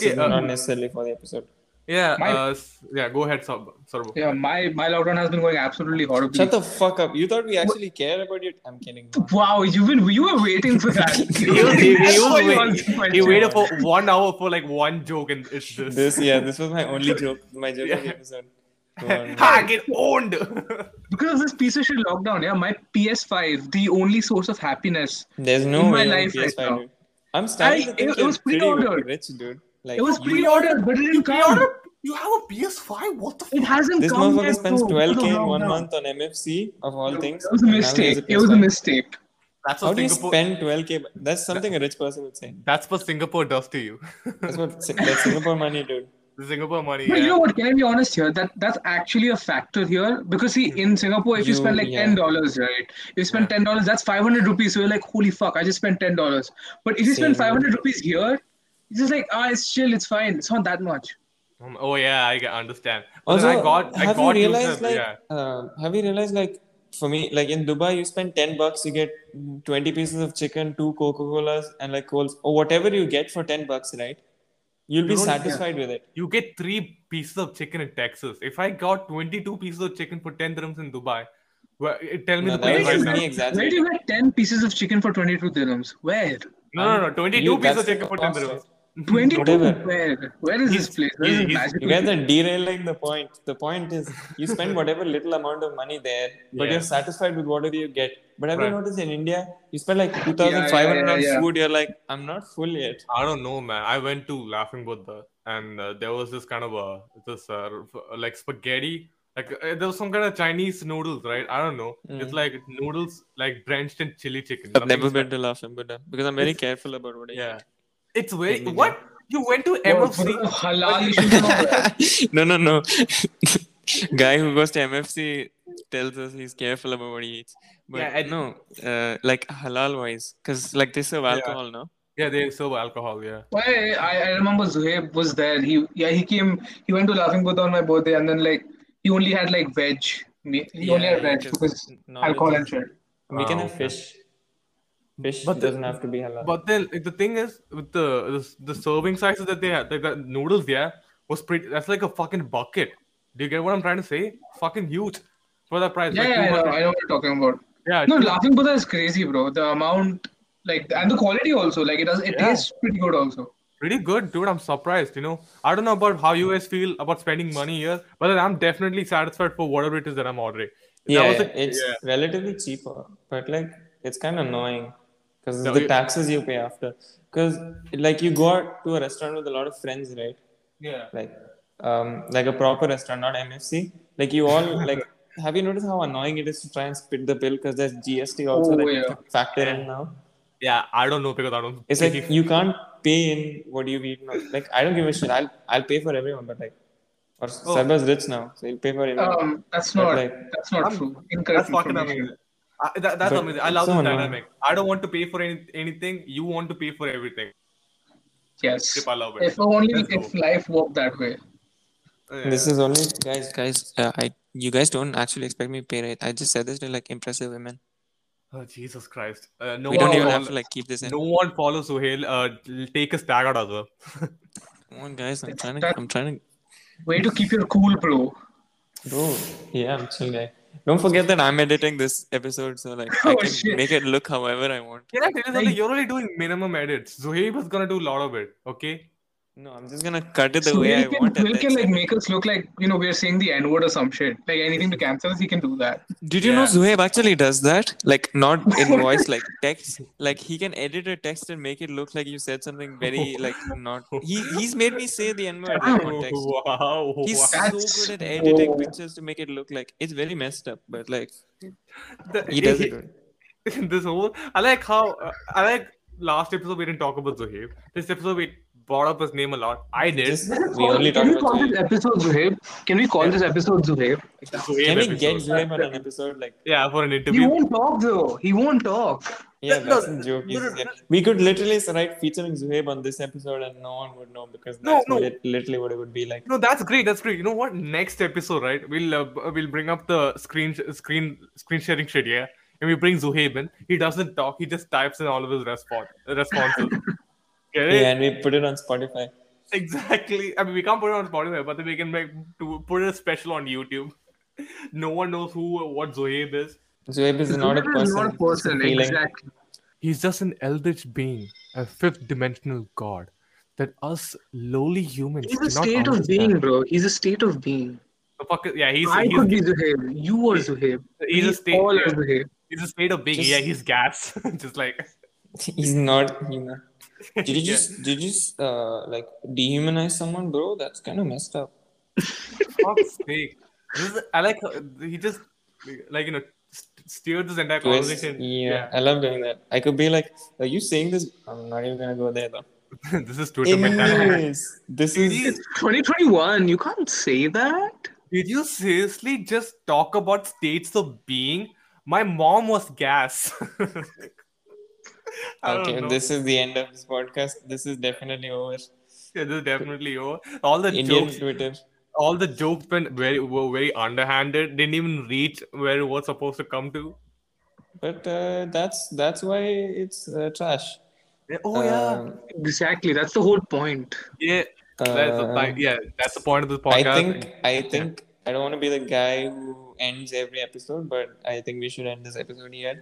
okay,
is
uh,
not necessarily for the episode
yeah,
My-
uh, s- yeah. Go ahead, Sab. Sarbo.
Yeah, my my lockdown has been going absolutely horribly.
shut the fuck up you thought we actually care about it i'm kidding
Wow, you've been you were waiting for that. you
You, you, you,
were
wait-
waiting for
you
that.
waited for one hour for like one joke, and it's this.
this yeah this was my only joke my joke of the episode Go on.
ha, get owned.
because of this piece of shit lockdown. Yeah, my PS5, the only source of happiness.
there's no
In my
way on
life right
PS5,
now.
dude. i'm starting to
I-
think
it- it
you're
was
pretty
pre-ordered.
rich dude like
It was
you-
pre-ordered, but it didn't come.
Pre-order? You have a PS5? What the
It hasn't
This
come.
motherfucker
yet,
spends
though, because
12k
of
in one
lockdown.
month on MFC of all things.
It was a
and now he has
mistake. It was a
PS5.
mistake.
That's
How
what
do you
Singapore.
spend 12k? That's something a rich person would say.
That's what Singapore does to you.
That's what Si- that's Singapore money, dude.
the Singapore money.
But
yeah.
you know what? Can I be honest here? That that's actually a factor here because see, in Singapore, if you,
Hmm. You-
spend like
yeah.
ten dollars, right? If you spend ten dollars, that's five hundred rupees. So you're like, holy fuck, I just spent ten dollars. But if you spend
Same.
five hundred rupees here, it's just like, ah, it's chill, it's fine. It's not that much.
Um, oh yeah, I get- understand. But
Also,
then I got, I
have
got
you
used
realized
to-
like,
yeah.
um, have you realized like, for me, like in Dubai, you spend 10 bucks, you get 20 pieces of chicken, two Coca Colas, and like coals or whatever you get for 10 bucks, right? You'll be
You don't-
satisfied with it.
You get three pieces of chicken in Texas. If I got 22 pieces of chicken for 10 dirhams in Dubai, well, it- tell me
No,
the
that
price
was
right
me
now.
Where do
exaggerating.
you get ten pieces of chicken for twenty-two dirhams? Where?
No, no, no. 22
You-
pieces of
that's
chicken
the
for 10
cost,
dirhams.
right?
22
Whatever.
where where is this place where
he's-
is this
he's-
magical
You guys are derailing the point. The point is, you spend whatever little amount of money there, but
Yeah.
you're satisfied with whatever you get. But have you
Right.
noticed in India, you spend like two
yeah,
thousand five hundred
yeah,
on
yeah.
food. You're like, I'm not full yet.
I don't know, man. I went to Laughing Buddha, and uh, there was this kind of uh, this uh, f- like spaghetti, like uh, there was some kind of Chinese noodles, right? I don't know.
Hmm.
It's like noodles like drenched in chili chicken.
I've
Nothing
never
spe-
been to Laughing Buddha because I'm very careful about what I
Yeah, it's very
Been to
what you went to
Bro,
MFC.
bro, halal issues and all that.
eat. no, no, no. Guy who goes to MFC tells us he's careful about what he eats. But
Yeah, I-
no, uh, like halal wise, because like they serve alcohol, no?
Yeah, they serve alcohol. Yeah,
Why I, I remember Zuhaib was there. He yeah he came he went to Laughing Buddha on my birthday and then like he only had like veg. Me- He only had veg because alcohol and shit.
We
Oh,
can
Ah,
have
okay.
fish. Fish
But the-
doesn't have to be halal.
But then like, the thing is with the the, the serving sizes that they had, like the noodles there was pretty. That's like a fucking bucket. Do you get what I'm trying to say? Fucking huge for that price.
Yeah,
like
yeah, I know,
200
I know what you're talking about.
Yeah,
No,
two-
Laughing Buddha is crazy, bro. The amount like and the quality also. Like it does it
Yeah.
tastes pretty good also.
pretty good, dude. I'm surprised. You know, I don't know about how you guys feel about spending money here, but then I'm definitely satisfied for whatever it is that I'm ordering. That
yeah,
was a-
it's
yeah.
relatively cheaper, but like it's kind of annoying because
No,
the
you-
taxes you pay after. Because like you go out to a restaurant with a lot of friends, right?
yeah.
Like, um, like a proper restaurant, not MFC. Like you all like. Have you noticed how annoying it is to try and split the bill because there's GST also
Oh,
that you
yeah.
have to factor in now?
Yeah, I don't know because I don't.
It's like you can't pay in what you've eaten. or- Like I don't give a shit. I'll I'll pay for everyone, but like, or oh. rich now, so he'll pay for everyone.
Um that's
But,
not
like,
that's not
I'm-
true.
that's
Incorrect
fucking
information.
amazing. I, that, that's
But
amazing. I
it's
love
so
this
annoying.
dynamic. I don't want to pay for any, anything. You want to pay for everything.
Yes.
I love it.
If only
Let's
if
go.
life worked that way.
Yeah.
This is only guys, guys. Uh, I you guys don't actually expect me to pay right. I just said this to like impressive women.
Oh, Jesus Christ. Uh, no
we don't
one
even
follow-
have to like keep this in.
No one follows Suhail. Uh, l- take a tag out as well.
Come on, guys. I'm trying to.
that-
I'm trying to.
Way to keep your cool, bro.
Bro, yeah, I'm chill guy.
Don't forget that I'm editing this episode, so like I
Oh,
can
shit.
make it look however I want.
Can I tell you something? You're only doing minimum edits. Zuhaib is gonna do a lot of it. Okay.
No, I'm just gonna cut it the
So
way
Will
I
can,
want. and
Will
then
can like
send it.
make us look like you know we're saying the N word or some shit. Like anything to cancel us, he can do that.
Did you know
Yeah.
Zuhaib actually does that? Like not in voice, like text. Like he can edit a text and make it look like you said something very like not. He he's made me say the N word in context.
Wow.
He's
wow.
Oh. That's-
so good at editing
Whoa.
pictures to make it look like it's very messed up, but like
The-
he does
he-
it.
this whole I like how uh, I like last episode we didn't talk about Zuhaib. This episode we brought up his name a lot. I did.
Just, we only talk
can we call
about
this
Zuhaib.
episode Zuhaib? Can we call this episode Zuhaib?
Zuhaib
Can we
episode.
get Zuhaib on an episode? Like,
yeah for an
He
interview?
won't talk though. He won't talk.
yeah,
No,
that's
no,
a joke.
no, no,
yeah. We could literally write featuring Zuhaib on this episode and no one would know because
No,
that's
no.
What it, literally what it would be like.
No, that's great. That's great. You know what? Next episode, right? We'll uh, b- we'll bring up the screen screen screen sharing shit, yeah. And we bring Zuhaib in. He doesn't talk. He just types in all of his response responses. Get it?
Yeah, and we put it on Spotify.
Exactly. I mean, we can't put it on Spotify, but then we can make to put a special on YouTube. No one knows who or what Zohaib is.
Zuhaib is not a
Zuhaib
person.
is not a person.
It's a feeling.
Exactly.
He's just an eldritch being, a fifth dimensional god that us lowly humans
He's a
cannot
state of
understand.
being, bro. He's a state of being.
The fuck is- yeah, he's
I
he's,
could be Zuhaib. You are Zuhaib.
he's a
We
state.
All are
yeah,
Zuhaib.
he's a state of being.
Just-
yeah, he's gas. just like
He's not human. Did you
Yeah.
just did you just, uh, like dehumanize someone, bro? That's kind of messed up.
fuck's sake. This is, I like how- he just like you know st- steered this entire
Twist.
conversation.
Yeah, I love doing that. I could be like, "Are you saying this?" I'm not even gonna go there though.
Yeah. this is Twitter mentality.
Anyways, this is
2021. You can't say that.
Did you seriously just talk about states of being? My mom was gas. I don't
okay.
know.
This is the end of this podcast. This is definitely over.
Yeah, this is definitely over. All the
Indian
jokes,
Twitter.
all the jokes went very were very underhanded. Didn't even reach where it was supposed to come to.
But uh, that's that's why it's uh, trash.
Yeah, Oh yeah,
Um,
Exactly. That's the whole point.
yeah. That's the
uh,
point. yeah, that's the point of this
I
podcast.
think I think I don't want to be the guy who ends every episode, but I think we should end this episode here.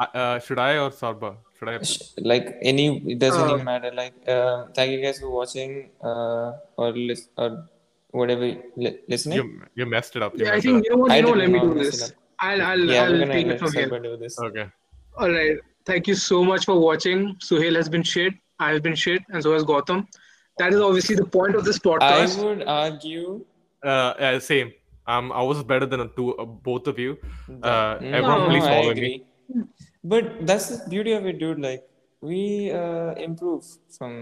Uh, uh, should I or Sarba? Should I?
Sh- like any it doesn't
Uh,
even matter like uh, thank you guys for watching uh, or lis- or whatever li- listening
You, you messed it up. you
Yeah, I
messed it
think you know what?
I
You know,
did
let me
not
do
mess
this.
it up.
I'll I'll
yeah we're
I'll
gonna
take it
let
from here.
Sarpa do this
up. Okay.
All right. Thank you so much for watching. Suhail has been shit. I have been shit, and so has Gotham. That is obviously the point of this
I
podcast.
would argue
Uh, uh, same. Um, I was better than the two, uh, both of you. Uh,
Mm,
everyone,
No,
please
I
follow me.
agree. But that's the beauty of it, dude. Like we uh, improve from,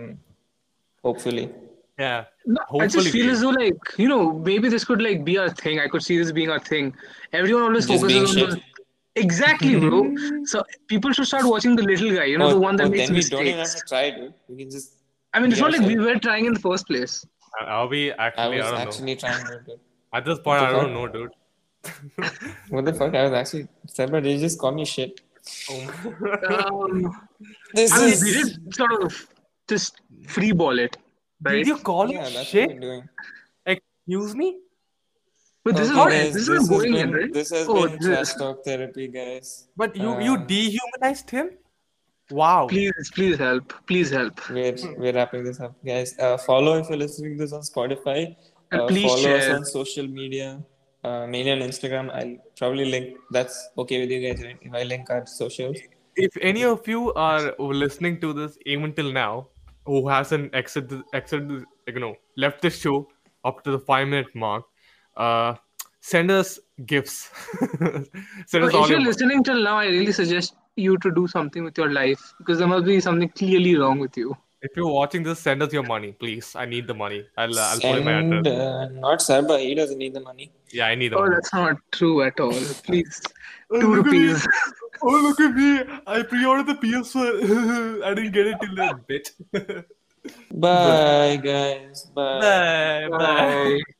hopefully.
Yeah.
No, I just
Hopefully
feel
we-
as though, like, you know, maybe this could like be our thing. I could see this being our thing. Everyone always
Just being
focuses on
shit.
those. Exactly, bro. so people should start watching the little guy. You know,
Or-
the one that
or
makes
then we Oh, don't even have
mistakes.
to try, dude. We can just.
I mean, it's
Yeah,
not like we
sure.
were trying in the first place.
Uh, Are we
I
actually?
was
I, don't know.
actually trying to. do it.
At this point,
What
I
the
don't know, dude.
What the fuck? I was actually. Sarpa, did you just call me shit?
Um,
This
I mean,
is.
we did sort of just free ball it, right?
Did you call
yeah,
it
that's what
shit?
we're doing.
Excuse me.
But this
Okay,
is what
guys,
this is not
has
going in,
been-
right?
This has
Oh,
been
this-
trash talk therapy, guys.
But you you
Um,
dehumanized him. Wow.
Please, please help. Please help.
We're we're wrapping this up, guys. Uh, follow if you're listening to this on Spotify.
And
Uh,
please
follow us
share.
on social media, uh, mainly on Instagram. I'll probably link. That's okay with you guys, right? If I link our socials,
If any of you are listening to this even till now, who hasn't exited exited you know left the show up to the five minute mark, uh, send us gifts. send us
But
all
Oh, if you're
your
listening till now, I really suggest you to do something with your life because there must be something clearly wrong with you.
If you're watching this, send us your money, please. I need the money. I'll, uh, I'll put in my
and
address.
uh, not Sarba. He doesn't need the money.
Yeah, I need the
Oh,
money.
that's not true at all. Please, two rupees.
Oh, look at me. I pre ordered the PS4. I didn't get it till then, bitch.
Bye, guys. Bye.
bye. bye.
Bye.